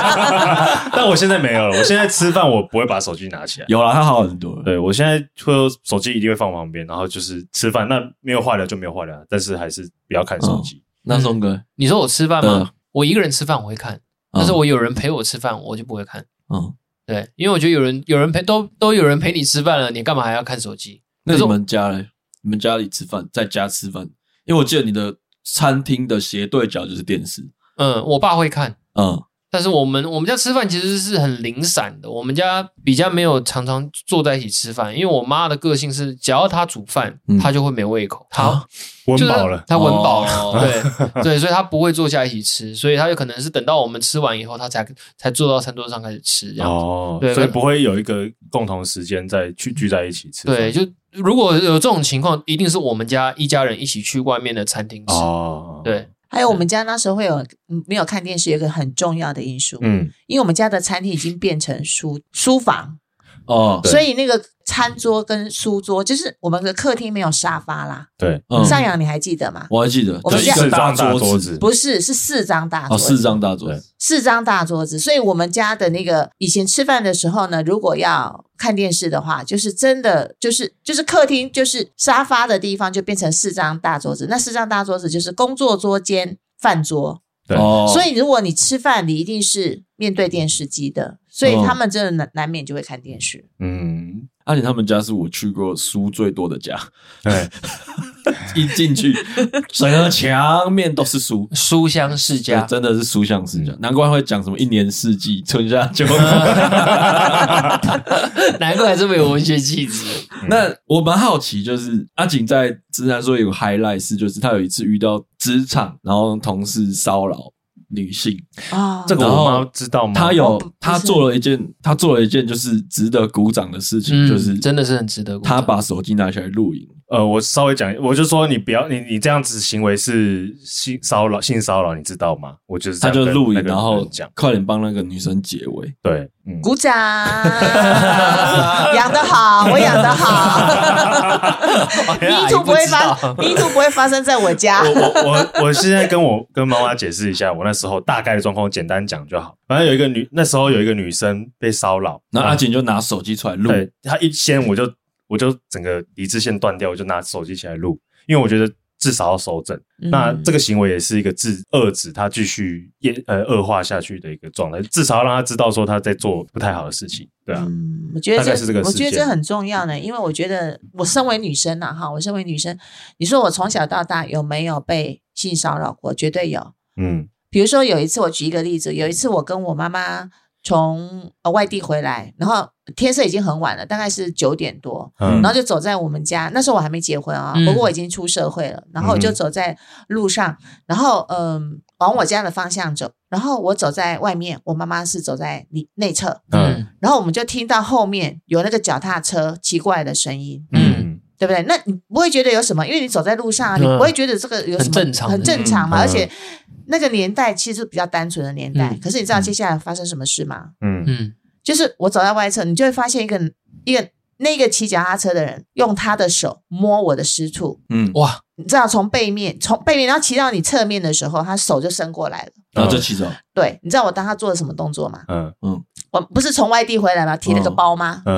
Speaker 2: 但我现在没有了，我现在吃饭我不会把手机拿起来。
Speaker 1: 有了，他好很多了。
Speaker 2: 对，我现在会手机一定会放旁边，然后就是吃饭，那没有话聊就没有话聊，但是还是不要看手机。
Speaker 3: 嗯
Speaker 1: 那松哥，
Speaker 3: 你说我吃饭
Speaker 1: 嗯
Speaker 3: 吗？我一个人吃饭我会看，但是我有人陪我吃饭我就不会看。
Speaker 1: 嗯，
Speaker 3: 对，因为我觉得有人有人陪都都有人陪你吃饭了，你干嘛还要看手机？
Speaker 1: 那你们家嘞？你们家里吃饭，在家吃饭，因为我记得你的餐厅的斜对角就是电视。
Speaker 3: 嗯，我爸会看，
Speaker 1: 嗯，
Speaker 3: 但是我们我们家吃饭其实是很零散的，我们家比较没有常常坐在一起吃饭，因为我妈的个性是，只要她煮饭
Speaker 1: 嗯，
Speaker 3: 她就会没胃口，她
Speaker 1: 啊
Speaker 2: 温
Speaker 3: 就是
Speaker 2: 饱了，
Speaker 3: 她闻饱
Speaker 1: 哦
Speaker 3: 了，对对，所以她不会坐下一起吃，所以她有可能是等到我们吃完以后，她才才坐到餐桌上开始吃这样子。
Speaker 2: 哦
Speaker 3: 对
Speaker 2: 所以不会有一个共同时间再去聚在一起吃饭。
Speaker 3: 对，就如果有这种情况，一定是我们家一家人一起去外面的餐厅吃。
Speaker 2: 哦，，
Speaker 3: 对，
Speaker 4: 还有我们家那时候会有嗯没有看电视，有一个很重要的因素，
Speaker 2: 嗯，
Speaker 4: 因为我们家的餐厅已经变成书书房，
Speaker 1: 哦，
Speaker 2: 对
Speaker 4: 所以那个餐桌跟书桌，就是我们的客厅没有沙发啦。
Speaker 2: 对，
Speaker 1: 嗯，
Speaker 4: 上扬你还记得吗？
Speaker 1: 我还记得，
Speaker 4: 我
Speaker 1: 就
Speaker 4: 们
Speaker 1: 一
Speaker 4: 家
Speaker 1: 个
Speaker 2: 四张大
Speaker 1: 桌
Speaker 2: 桌
Speaker 1: 子，
Speaker 2: 子，
Speaker 4: 不是，是四张大
Speaker 1: 哦，
Speaker 4: 桌
Speaker 1: 四
Speaker 4: 子，
Speaker 1: 张大桌子，
Speaker 4: 四张大桌子。所以我们家的那个以前吃饭的时候呢，如果要看电视的话，就是真的就是就是客厅就是沙发的地方就变成四张大桌子，那四张大桌子就是工作桌兼饭桌。
Speaker 2: 对
Speaker 1: 哦，
Speaker 4: 所以如果你吃饭，你一定是面对电视机的，所以
Speaker 1: 哦
Speaker 4: 他们真的难难免就会看电视。
Speaker 2: 嗯，
Speaker 1: 阿里他们家是我去过书最多的家，
Speaker 2: 对，
Speaker 1: 一进去整个墙面都是书。
Speaker 3: 书香世家
Speaker 1: 对，真的是书香世家，
Speaker 2: 嗯
Speaker 1: 难怪会讲什么一年四季、春夏秋冬。
Speaker 3: 难怪这么有文学气质。
Speaker 1: 那我蛮好奇，就是阿景在直男说有个 highlight 是，就是他有一次遇到职场，然后同事骚扰女性，
Speaker 4: 啊，
Speaker 2: 这个
Speaker 1: 然后
Speaker 2: 我妈知道吗？
Speaker 1: 他
Speaker 4: 哦
Speaker 1: 有
Speaker 4: 不
Speaker 1: 他
Speaker 4: 是
Speaker 1: 做了一件他做了一件就是值得鼓掌的事情，
Speaker 3: 嗯，
Speaker 1: 就是
Speaker 3: 真的是很值得鼓掌。
Speaker 1: 他把手机拿起来录影，
Speaker 2: 呃，我稍微讲，我就说你不要，你你这样子行为是性骚扰，性骚扰，你知道吗？我就是这
Speaker 1: 他
Speaker 2: 样
Speaker 1: 就
Speaker 2: 跟
Speaker 1: 录
Speaker 2: 那
Speaker 1: 影，
Speaker 2: 个
Speaker 1: 然后
Speaker 2: 人讲，
Speaker 1: 快点帮那个女生结尾。
Speaker 2: 对，嗯，
Speaker 4: 鼓掌，养得好，我养得 好。
Speaker 2: 哎
Speaker 3: 原 来
Speaker 2: 啊
Speaker 4: 迷途
Speaker 3: 你不
Speaker 4: 不会
Speaker 3: 知
Speaker 4: 发
Speaker 3: 道，
Speaker 4: 迷途不会发生在我家
Speaker 2: 我。我我我现在跟我跟妈妈解释一下，我那时候大概的状况，简单讲就好。反正有一个女，那时候有一个女生被骚扰，
Speaker 1: 然后阿景就拿手机出来录，
Speaker 2: 嗯对她一掀我就我就整个理智线断掉，我就拿手机起来录，因为我觉得至少要收整。
Speaker 4: 嗯
Speaker 2: 那这个行为也是一个制遏制他继续也呃恶化下去的一个状态，至少要让他知道说他在做不太好的事情，对啊，
Speaker 4: 嗯，我觉得
Speaker 2: 大概是这个
Speaker 4: 我
Speaker 2: 事
Speaker 4: 觉得
Speaker 2: 件
Speaker 4: 这很重要呢，因为我觉得我身为女生呐、哈，我身为女生，你说我从小到大有没有被性骚扰过？绝对有。
Speaker 2: 嗯
Speaker 4: 比如说有一次，我举一个例子，有一次我跟我妈妈从呃外地回来，然后天色已经很晚了，大概是九点多，
Speaker 2: 嗯
Speaker 4: 然后就走在我们家，那时候我还没结婚啊，
Speaker 3: 嗯
Speaker 4: 不过我已经出社会了。
Speaker 2: 嗯
Speaker 4: 然后我就走在路上，然后嗯、往我家的方向走。然后我走在外面，我妈妈是走在里内侧。
Speaker 2: 嗯
Speaker 4: 然后我们就听到后面有那个脚踏车奇怪的声音，
Speaker 2: 嗯
Speaker 4: 对不对？那你不会觉得有什么？因为你走在路上啊，
Speaker 3: 嗯
Speaker 4: 你不会觉得这个有什么
Speaker 3: 很正常
Speaker 4: 很正常嘛。
Speaker 2: 嗯
Speaker 4: 而且那个年代其实是比较单纯的年代
Speaker 3: 嗯。
Speaker 4: 可是你知道接下来发生什么事吗？
Speaker 2: 嗯
Speaker 3: 嗯
Speaker 4: 就是我走在外侧，你就会发现一个一个那个骑脚踏车的人用他的手摸我的私处，
Speaker 1: 嗯，
Speaker 3: 哇，
Speaker 4: 你知道从背面从背面，然后骑到你侧面的时候，他手就伸过来了。
Speaker 1: 然后就骑走，
Speaker 4: 对，你知道我当他做了什么动作吗？
Speaker 2: 嗯
Speaker 4: 我不是从外地回来吗？提了
Speaker 3: 哦
Speaker 4: 个包吗？
Speaker 2: 嗯，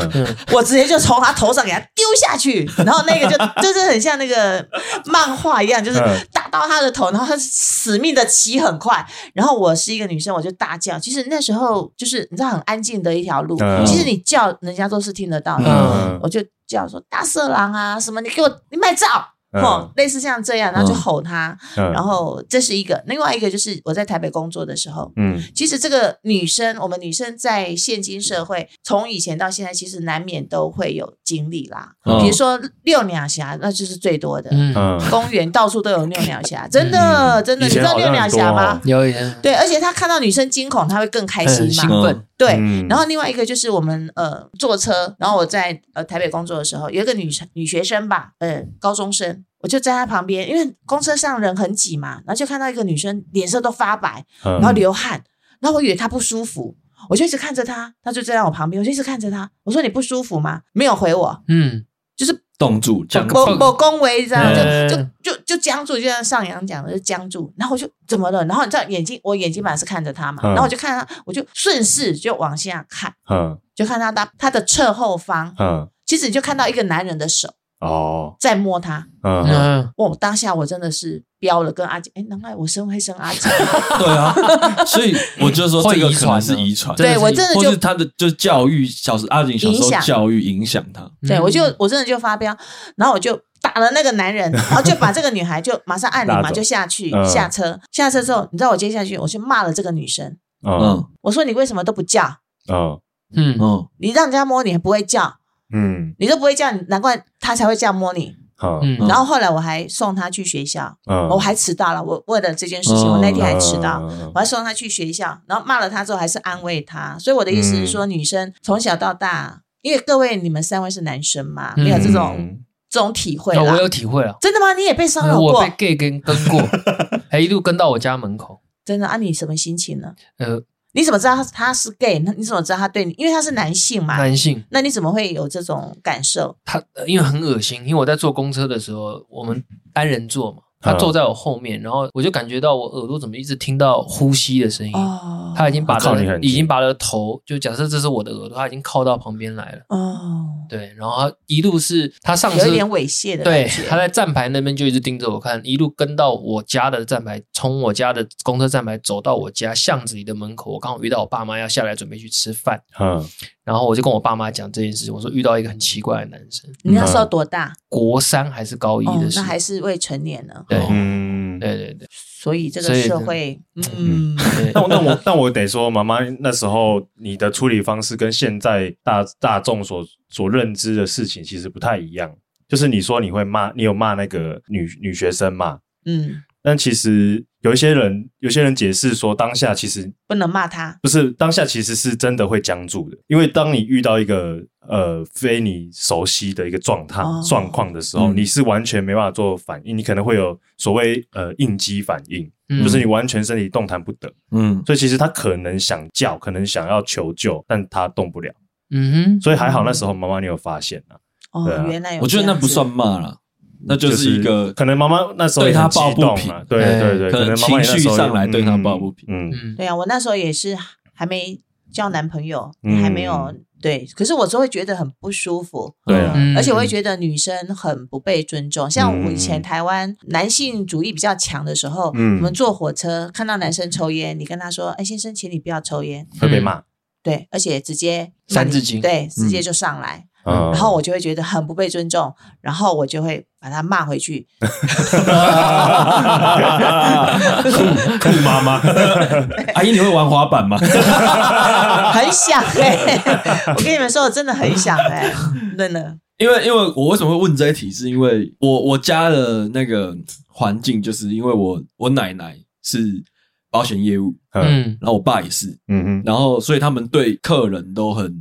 Speaker 4: 我直接就从他头上给他丢下去，然后那 个就就是很像那个漫画一样，就是
Speaker 2: 嗯
Speaker 4: 打到他的头，然后他死命的骑很快，然后我是一个女生，我就大叫。其实那时候就是你知道很安静的一条路，
Speaker 2: 嗯
Speaker 4: 其实你叫人家都是听得到的，
Speaker 2: 嗯
Speaker 4: 我就叫说大色狼啊什么，你给我你卖照。
Speaker 2: 嗯
Speaker 4: 哦，类似像这样，然后就吼他，
Speaker 2: 嗯
Speaker 4: 然后这是一个，另外一个就是我在台北工作的时候，
Speaker 2: 嗯
Speaker 4: 其实这个女生，我们女生在现今社会，从以前到现在，其实难免都会有经历啦。
Speaker 1: 嗯
Speaker 4: 比如说六鸟侠，那就是最多的，
Speaker 3: 嗯，
Speaker 2: 嗯，
Speaker 4: 公园到处都有六鸟侠，真的、真的，
Speaker 2: 以
Speaker 4: 你知
Speaker 2: 前
Speaker 4: 道
Speaker 2: 好
Speaker 4: 六
Speaker 2: 像
Speaker 4: 鸟
Speaker 2: 很多
Speaker 4: 侠吗
Speaker 2: 哦？
Speaker 3: 有一点
Speaker 4: 对，而且他看到女生惊恐，他会更
Speaker 2: 哎
Speaker 4: 开心
Speaker 3: 很兴
Speaker 4: 嘛。
Speaker 3: 奋，
Speaker 4: 对，
Speaker 2: 嗯
Speaker 4: 然后另外一个就是我们呃坐车，然后我在呃台北工作的时候，有一个女生女学生吧，呃高中生，我就在她旁边，因为公车上人很挤嘛，然后就看到一个女生脸色都发白，
Speaker 2: 然
Speaker 4: 然后流汗，然后我以为她不舒服，我就一直看着她，她就在我旁边，我就一直看着她，我说你不舒服吗？没有回我，
Speaker 3: 嗯，
Speaker 4: 就是
Speaker 1: 冻住讲
Speaker 4: 某某恭维，这样
Speaker 3: 嗯
Speaker 4: 就就就就僵住，就像上扬讲的，就僵住。然后我就怎么了？然后你知道眼睛，我眼睛本来是看着她嘛，
Speaker 2: 嗯
Speaker 4: 然后我就看她，我就顺势就往下看。
Speaker 2: 嗯
Speaker 4: 就看到他他的侧后方，
Speaker 2: 嗯
Speaker 4: 其实你就看到一个男人的手
Speaker 2: 哦
Speaker 4: 在摸他。
Speaker 2: 嗯，
Speaker 3: 嗯，
Speaker 4: 我当下我真的是飙了，跟阿姐，哎，难怪我生会生阿姐，
Speaker 1: 对啊，所以我就说这个可能是遗传，
Speaker 3: 会遗传啊
Speaker 4: 对我真的
Speaker 1: 或是
Speaker 4: 就，
Speaker 1: 他的就是教育小时阿景小时候
Speaker 4: 影响
Speaker 1: 教育影响他，
Speaker 3: 嗯
Speaker 4: 对我就我真的就发飙，然后我就打了那个男人，然后就把这个女孩就马上按 铃
Speaker 2: 拉
Speaker 4: 嘛，
Speaker 2: 走
Speaker 4: 就下去
Speaker 2: 嗯
Speaker 4: 下车，下车之后，你知道我接下去我去骂了这个女生，
Speaker 2: 嗯
Speaker 1: 嗯
Speaker 4: 我说你为什么都不叫？
Speaker 2: 嗯
Speaker 3: 嗯
Speaker 1: 嗯，
Speaker 4: 你让人家摸你还不会叫，
Speaker 2: 嗯
Speaker 4: 你都不会叫，难怪他才会这样摸你。
Speaker 2: 嗯
Speaker 3: 嗯，
Speaker 1: 嗯
Speaker 4: 然后后来我还送他去学校，
Speaker 2: 嗯，
Speaker 4: 我还迟到了，我为了这件事情，我那天还迟到。啊
Speaker 3: 嗯
Speaker 4: 我还送他去学校，然后骂了他之后，还是安慰他。所以我的意思是
Speaker 3: 嗯
Speaker 4: 说，女生从小到大，因为各位你们三位是男生嘛，
Speaker 3: 嗯
Speaker 4: 没有这种这种体会
Speaker 3: 哦我
Speaker 4: 啦
Speaker 3: 有。体会了，
Speaker 4: 真的吗？你也被骚扰
Speaker 3: 我
Speaker 4: 过
Speaker 3: 被？gay 跟跟过，还一路跟到我家门口，
Speaker 4: 真的啊？你什么心情呢？
Speaker 3: 呃，
Speaker 4: 你怎么知道他他是 gay？那你怎么知道他对你？因为他是男性嘛，
Speaker 3: 男性。
Speaker 4: 那你怎么会有这种感受？
Speaker 3: 他呃因为很恶心，因为我在坐公车的时候，我们单人座嘛，他坐在我后面，然后我就感觉到我耳朵怎么一直听到呼吸的声音。
Speaker 4: 哦，
Speaker 3: 哎他已经把
Speaker 2: 靠你
Speaker 3: 了
Speaker 2: 很近
Speaker 3: 已经把了头，就假设这是我的耳朵，他已经靠到旁边来了。
Speaker 4: 哦，
Speaker 3: 对，然后他一路是他上车
Speaker 4: 有一点猥亵的
Speaker 3: 对
Speaker 4: 感，觉。
Speaker 3: 他在站牌那边就一直盯着我看，一路跟到我家的站牌，从我家的公车站牌走到我家巷子里的门口。我刚好遇到我爸妈要下来准备去吃饭，
Speaker 2: 嗯
Speaker 3: 然后我就跟我爸妈讲这件事情，我说遇到一个很奇怪的男生，
Speaker 4: 你那时候多大？
Speaker 3: 国三还是嗯高一
Speaker 4: 哦
Speaker 3: 的，时
Speaker 4: 那
Speaker 3: 候，
Speaker 4: 还是未成年呢。
Speaker 3: 对
Speaker 2: 嗯。
Speaker 3: 对对对，
Speaker 4: 所以这个
Speaker 3: 所以
Speaker 4: 社会，嗯，
Speaker 3: 对
Speaker 2: 那我那我那我得说，妈妈那时候你的处理方式跟现在大大众所所认知的事情其实不太一样。就是你说你会骂，你有骂那个女女学生嘛？
Speaker 4: 嗯，
Speaker 2: 但其实有一些人，有些人解释说，当下其实
Speaker 4: 不能骂他。
Speaker 2: 不是当下，其实是真的会僵住的，因为当你遇到一个呃非你熟悉的一个状态、
Speaker 4: 哦
Speaker 2: 状况的时候，
Speaker 1: 嗯
Speaker 2: 你是完全没办法做反应，你可能会有所谓呃应激反应，
Speaker 3: 嗯
Speaker 2: 就是你完全身体动弹不得，
Speaker 1: 嗯
Speaker 2: 所以其实他可能想叫，可能想要求救，但他动不了，
Speaker 3: 嗯哼，
Speaker 2: 所以还好那时候妈妈你有发现啊，
Speaker 4: 哦
Speaker 2: 对啊，
Speaker 4: 原来有这样子，
Speaker 1: 我觉得那不算骂了，那就是一个
Speaker 2: 可能妈妈那时候也很
Speaker 1: 对他抱
Speaker 2: 激动啊
Speaker 1: 不平
Speaker 2: 嘛，对
Speaker 3: 哎
Speaker 2: 对对，
Speaker 1: 可能
Speaker 2: 能妈妈也那时候
Speaker 1: 情绪
Speaker 2: 也
Speaker 1: 上来对他
Speaker 2: 嗯
Speaker 1: 抱不平
Speaker 2: 嗯
Speaker 3: 嗯
Speaker 4: 对啊，我那时候也是还没交男朋友，
Speaker 2: 嗯
Speaker 4: 还没有对，可是我就会觉得很不舒服。
Speaker 2: 对啊
Speaker 3: 嗯
Speaker 4: 而且我会觉得女生很不被尊重，像我以前
Speaker 2: 嗯
Speaker 4: 台湾男性主义比较强的时候，
Speaker 2: 嗯
Speaker 4: 我们坐火车看到男生抽烟，你跟他说：“哎，先生，请你不要抽烟。
Speaker 2: 会被骂，”
Speaker 4: 对，而且直接
Speaker 3: 三字经
Speaker 4: 对，直接就上来，
Speaker 2: 嗯
Speaker 4: 然后我就会觉得很不被尊重，然后我就会把他骂 回去，
Speaker 2: 酷酷妈妈，
Speaker 1: 阿姨你会玩滑板 吗？
Speaker 4: 很想哎、 我跟你们说，我真的很想哎、 真的，
Speaker 1: 因为因为我为什么会问这一题，是因为我我家的那个环境，就是因为我我奶奶是保险业务，
Speaker 2: 嗯
Speaker 3: 嗯
Speaker 1: 然后我爸也是，
Speaker 2: 嗯哼，
Speaker 1: 然后所以他们对客人都很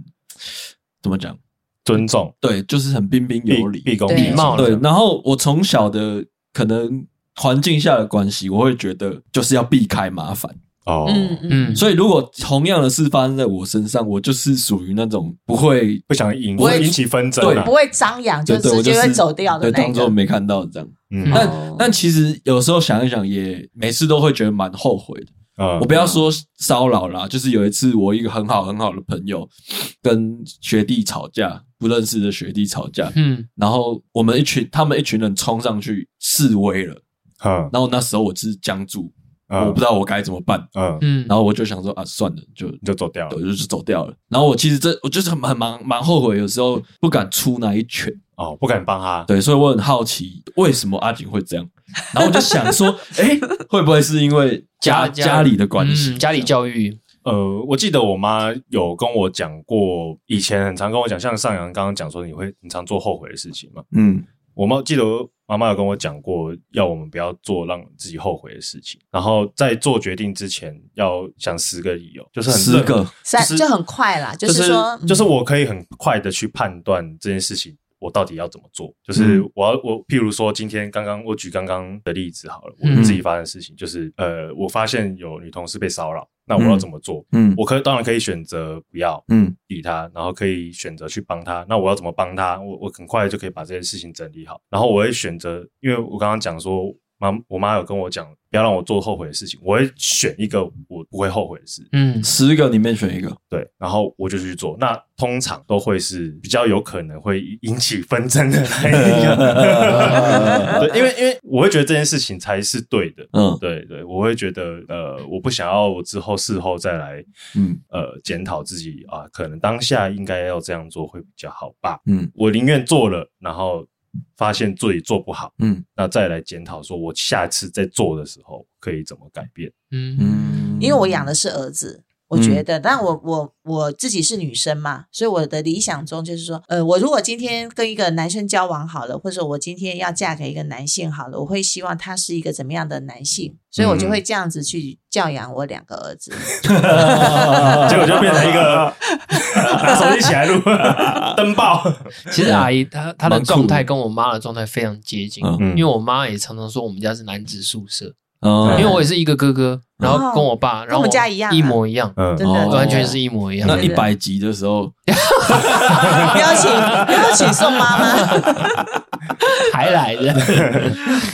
Speaker 1: 怎么讲？
Speaker 2: 尊重。
Speaker 1: 对，就是很彬彬有礼，
Speaker 2: 毕恭
Speaker 4: 对
Speaker 2: 毕
Speaker 3: 礼貌
Speaker 1: 对，然后我从小的可能环境下的关系，我会觉得就是要避开麻烦。
Speaker 2: 哦，
Speaker 4: 嗯嗯，
Speaker 3: 嗯，
Speaker 1: 所以如果同样的事发生在我身上，我就是属于那种不会
Speaker 2: 不想引
Speaker 4: 不会
Speaker 2: 引起纷争
Speaker 1: 对
Speaker 2: 啊
Speaker 4: 不，会张扬，就
Speaker 1: 对对，
Speaker 4: 直
Speaker 1: 我
Speaker 4: 接
Speaker 1: 是
Speaker 4: 会走掉
Speaker 1: 对，
Speaker 4: 的那
Speaker 1: 当做
Speaker 4: 个。
Speaker 1: 没看到这样。
Speaker 2: 嗯
Speaker 1: 但
Speaker 4: 哦
Speaker 1: 但其实有时候想一想也，每次都会觉得蛮后悔的，
Speaker 2: 啊
Speaker 1: 我不要说骚扰啦，就是有一次我一个很好很好的朋友跟学弟吵架，不认识的学弟吵架，
Speaker 3: 嗯，
Speaker 1: 然后我们一群他们一群人冲上去示威了，
Speaker 2: 啊
Speaker 1: 然后那时候我是僵住，
Speaker 2: 啊
Speaker 1: 我不知道我该怎么办，
Speaker 2: 嗯，
Speaker 3: 嗯，
Speaker 1: 然后我就想说啊，算了，就
Speaker 2: 你就走掉
Speaker 1: 对
Speaker 2: 了
Speaker 1: 我就是走掉了。然后我其实这我就是很很蛮蛮后悔，有时候不敢出那一拳。
Speaker 2: 哦，不敢帮他，
Speaker 1: 对，所以我很好奇为什么阿景会这样。然后我就想说，哎、会不会是因为家
Speaker 3: 家
Speaker 1: 家里的关系、
Speaker 3: 嗯家里教育，
Speaker 2: 呃，我记得我妈有跟我讲过，以前很常跟我讲，像上阳刚刚讲说你会很常做后悔的事情嘛。
Speaker 1: 嗯
Speaker 2: 我妈记得我妈妈有跟我讲过，要我们不要做让自己后悔的事情，然后在做决定之前要想十个理由，就是很
Speaker 1: 十个，
Speaker 4: 三
Speaker 2: 就是
Speaker 4: 就很快啦，
Speaker 2: 就是
Speaker 4: 说，嗯
Speaker 2: 就是我可以很快的去判断这件事情。我到底要怎么做？就是
Speaker 1: 嗯
Speaker 2: 我要我，譬如说，今天刚刚我举刚刚的例子好了，我
Speaker 3: 嗯
Speaker 2: 自己发生的事情就是，呃，我发现有女同事被骚扰，那我要
Speaker 1: 嗯
Speaker 2: 怎么做？
Speaker 1: 嗯
Speaker 2: 我可当然可以选择不要
Speaker 1: 嗯
Speaker 2: 理他，然后可以选择去帮他。那我要怎么帮他？我我很快就可以把这件事情整理好。然后我会选择，因为我刚刚讲说，妈，我妈有跟我讲，不要让我做后悔的事情。我会选一个我不会后悔的事，
Speaker 3: 嗯
Speaker 1: 十个里面选一 个。
Speaker 2: 对，然后我就去做。那通常都会是比较有可能会引起纷争的那一个，对，因为因为我会觉得这件事情才是对的。
Speaker 1: 嗯
Speaker 2: 对对，我会觉得呃，我不想要我之后事后再来
Speaker 1: 嗯
Speaker 2: 呃检讨自己啊，可能当下应该要这样做会比较好吧。
Speaker 1: 嗯
Speaker 2: 我宁愿做了，然后发现自己做不好，
Speaker 1: 嗯
Speaker 2: 那再来检讨，说我下次在做的时候可以怎么改变。
Speaker 3: 嗯
Speaker 1: 嗯，
Speaker 4: 因为我养的是儿子。我觉得，但我我我自己是女生嘛，所以我的理想中就是说，呃，我如果今天跟一个男生交往好了，或者我今天要嫁给一个男性好了，我会希望他是一个怎么样的男性，所以我就会这样子去教养我两个儿子。
Speaker 2: 结果就变成一个拿手机起来录登报。
Speaker 3: 其实阿姨她她的
Speaker 1: 蛮酷的
Speaker 3: 状态跟我妈的状态非常接近，
Speaker 1: 嗯
Speaker 2: 嗯
Speaker 3: 因为我妈也常常说我们家是男子宿舍，
Speaker 1: 哦
Speaker 3: 因为我也是一个哥哥，然后跟我爸，然后
Speaker 4: 跟我们家一样啊
Speaker 3: 一模一样，
Speaker 2: 嗯
Speaker 4: 真的，
Speaker 1: 嗯哦
Speaker 3: 完全是一模一样。
Speaker 1: 那一百集的时候，
Speaker 4: 邀请邀请宋妈妈，
Speaker 3: 还来的，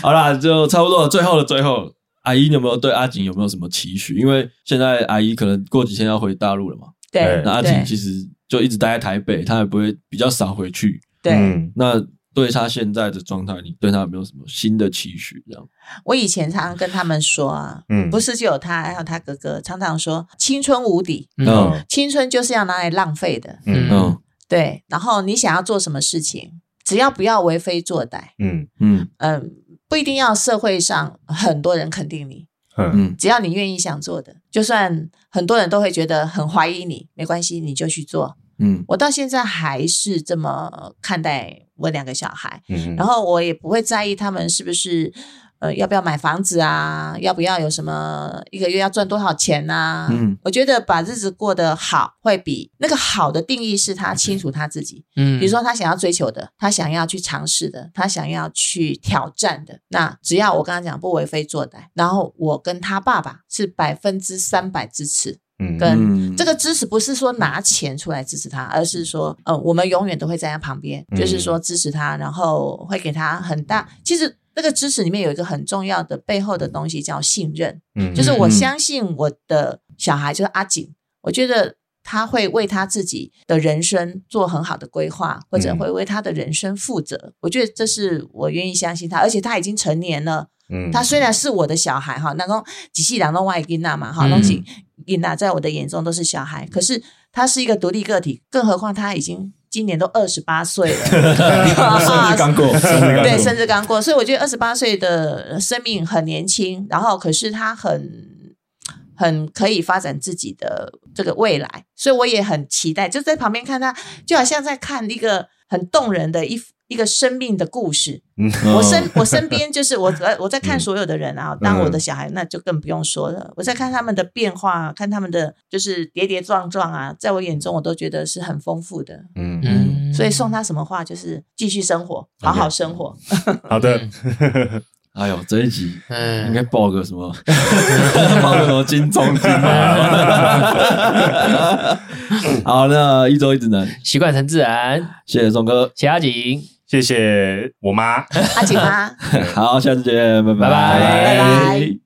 Speaker 1: 好啦，就差不多了。最后的最后，阿姨你有没有对阿景有没有什么期许？因为现在阿姨可能过几天要回大陆了嘛，
Speaker 4: 对
Speaker 2: 哎
Speaker 1: 那阿景
Speaker 4: 对
Speaker 1: 其实就一直待在台北，她也不会比较少回去。
Speaker 4: 对。
Speaker 2: 嗯
Speaker 1: 那对他现在的状态，你对他有没有什么新的期许？这样，
Speaker 4: 我以前常常跟他们说啊，
Speaker 2: 嗯
Speaker 4: 不是只有他，还有他哥哥，常常说青春无敌，
Speaker 1: 嗯
Speaker 4: 青春就是要拿来浪费的。
Speaker 3: 嗯
Speaker 1: 嗯
Speaker 4: 对，然后你想要做什么事情，只要不要为非作歹，
Speaker 2: 嗯
Speaker 1: 嗯
Speaker 4: 嗯，不一定要社会上很多人肯定你，
Speaker 2: 嗯
Speaker 1: 嗯
Speaker 4: 只要你愿意想做的，就算很多人都会觉得很怀疑你，没关系，你就去做。
Speaker 1: 嗯
Speaker 4: 我到现在还是这么看待我两个小孩，
Speaker 2: 嗯，
Speaker 4: 然后我也不会在意他们是不是。呃，要不要买房子啊？要不要有什么一个月要赚多少钱啊？
Speaker 1: 嗯，
Speaker 4: 我觉得把日子过得好，会比那个好的定义是他清楚他自己，
Speaker 3: 嗯
Speaker 4: 比如说他想要追求的，他想要去尝试的，他想要去挑战的，那只要我刚刚讲不为非作歹，然后我跟他爸爸是百分之三百支持。
Speaker 2: 嗯
Speaker 4: 跟
Speaker 1: 嗯
Speaker 4: 这个支持不是说拿钱出来支持他，而是说，呃，我们永远都会在他旁边，
Speaker 2: 嗯
Speaker 4: 就是说支持他，然后会给他很大。其实那个支持里面有一个很重要的背后的东西叫信任，
Speaker 2: 嗯
Speaker 4: 就是我
Speaker 1: 嗯
Speaker 4: 相信我的小孩，就是阿景，我觉得他会为他自己的人生做很好的规划，或者
Speaker 2: 嗯
Speaker 4: 会为他的人生负责。我觉得这是我愿意相信他，而且他已经成年了。
Speaker 2: 嗯
Speaker 4: 他虽然是我的小孩哈，那种几细两弄外囡娜嘛哈，
Speaker 3: 嗯
Speaker 4: 弄起囡娜在我的眼中都是小孩，可是他是一个独立个体，更何况他已经今年都二十八岁了，啊
Speaker 1: 生日刚 过，
Speaker 4: 对，甚至刚过，所以我觉得二十八岁的生命很年轻，然后可是他很很可以发展自己的这个未来，所以我也很期待，就在旁边看他，就好像在看一个很动人的一一个生命的故事。
Speaker 1: 嗯
Speaker 4: 我身我身边就是我呃我在看所有的人啊，当我的小孩那就更不用说了，我在看他们的变化，看他们的就是跌跌撞撞啊，在我眼中我都觉得是很丰富的。
Speaker 2: 嗯
Speaker 3: 嗯
Speaker 4: 所以送他什么话就是继续生活，好好生活。
Speaker 2: 好的，嗯
Speaker 1: 哎呦，这一集应该
Speaker 3: 嗯，
Speaker 1: 报个什么， 报个什么金钟金马。 好，那一周一直能，
Speaker 3: 习惯成自然，
Speaker 1: 谢谢宋哥，
Speaker 3: 谢谢阿景。
Speaker 2: 谢谢我妈。
Speaker 4: 啊阿锦妈。
Speaker 1: 好，下次见，拜
Speaker 3: 拜
Speaker 4: 拜拜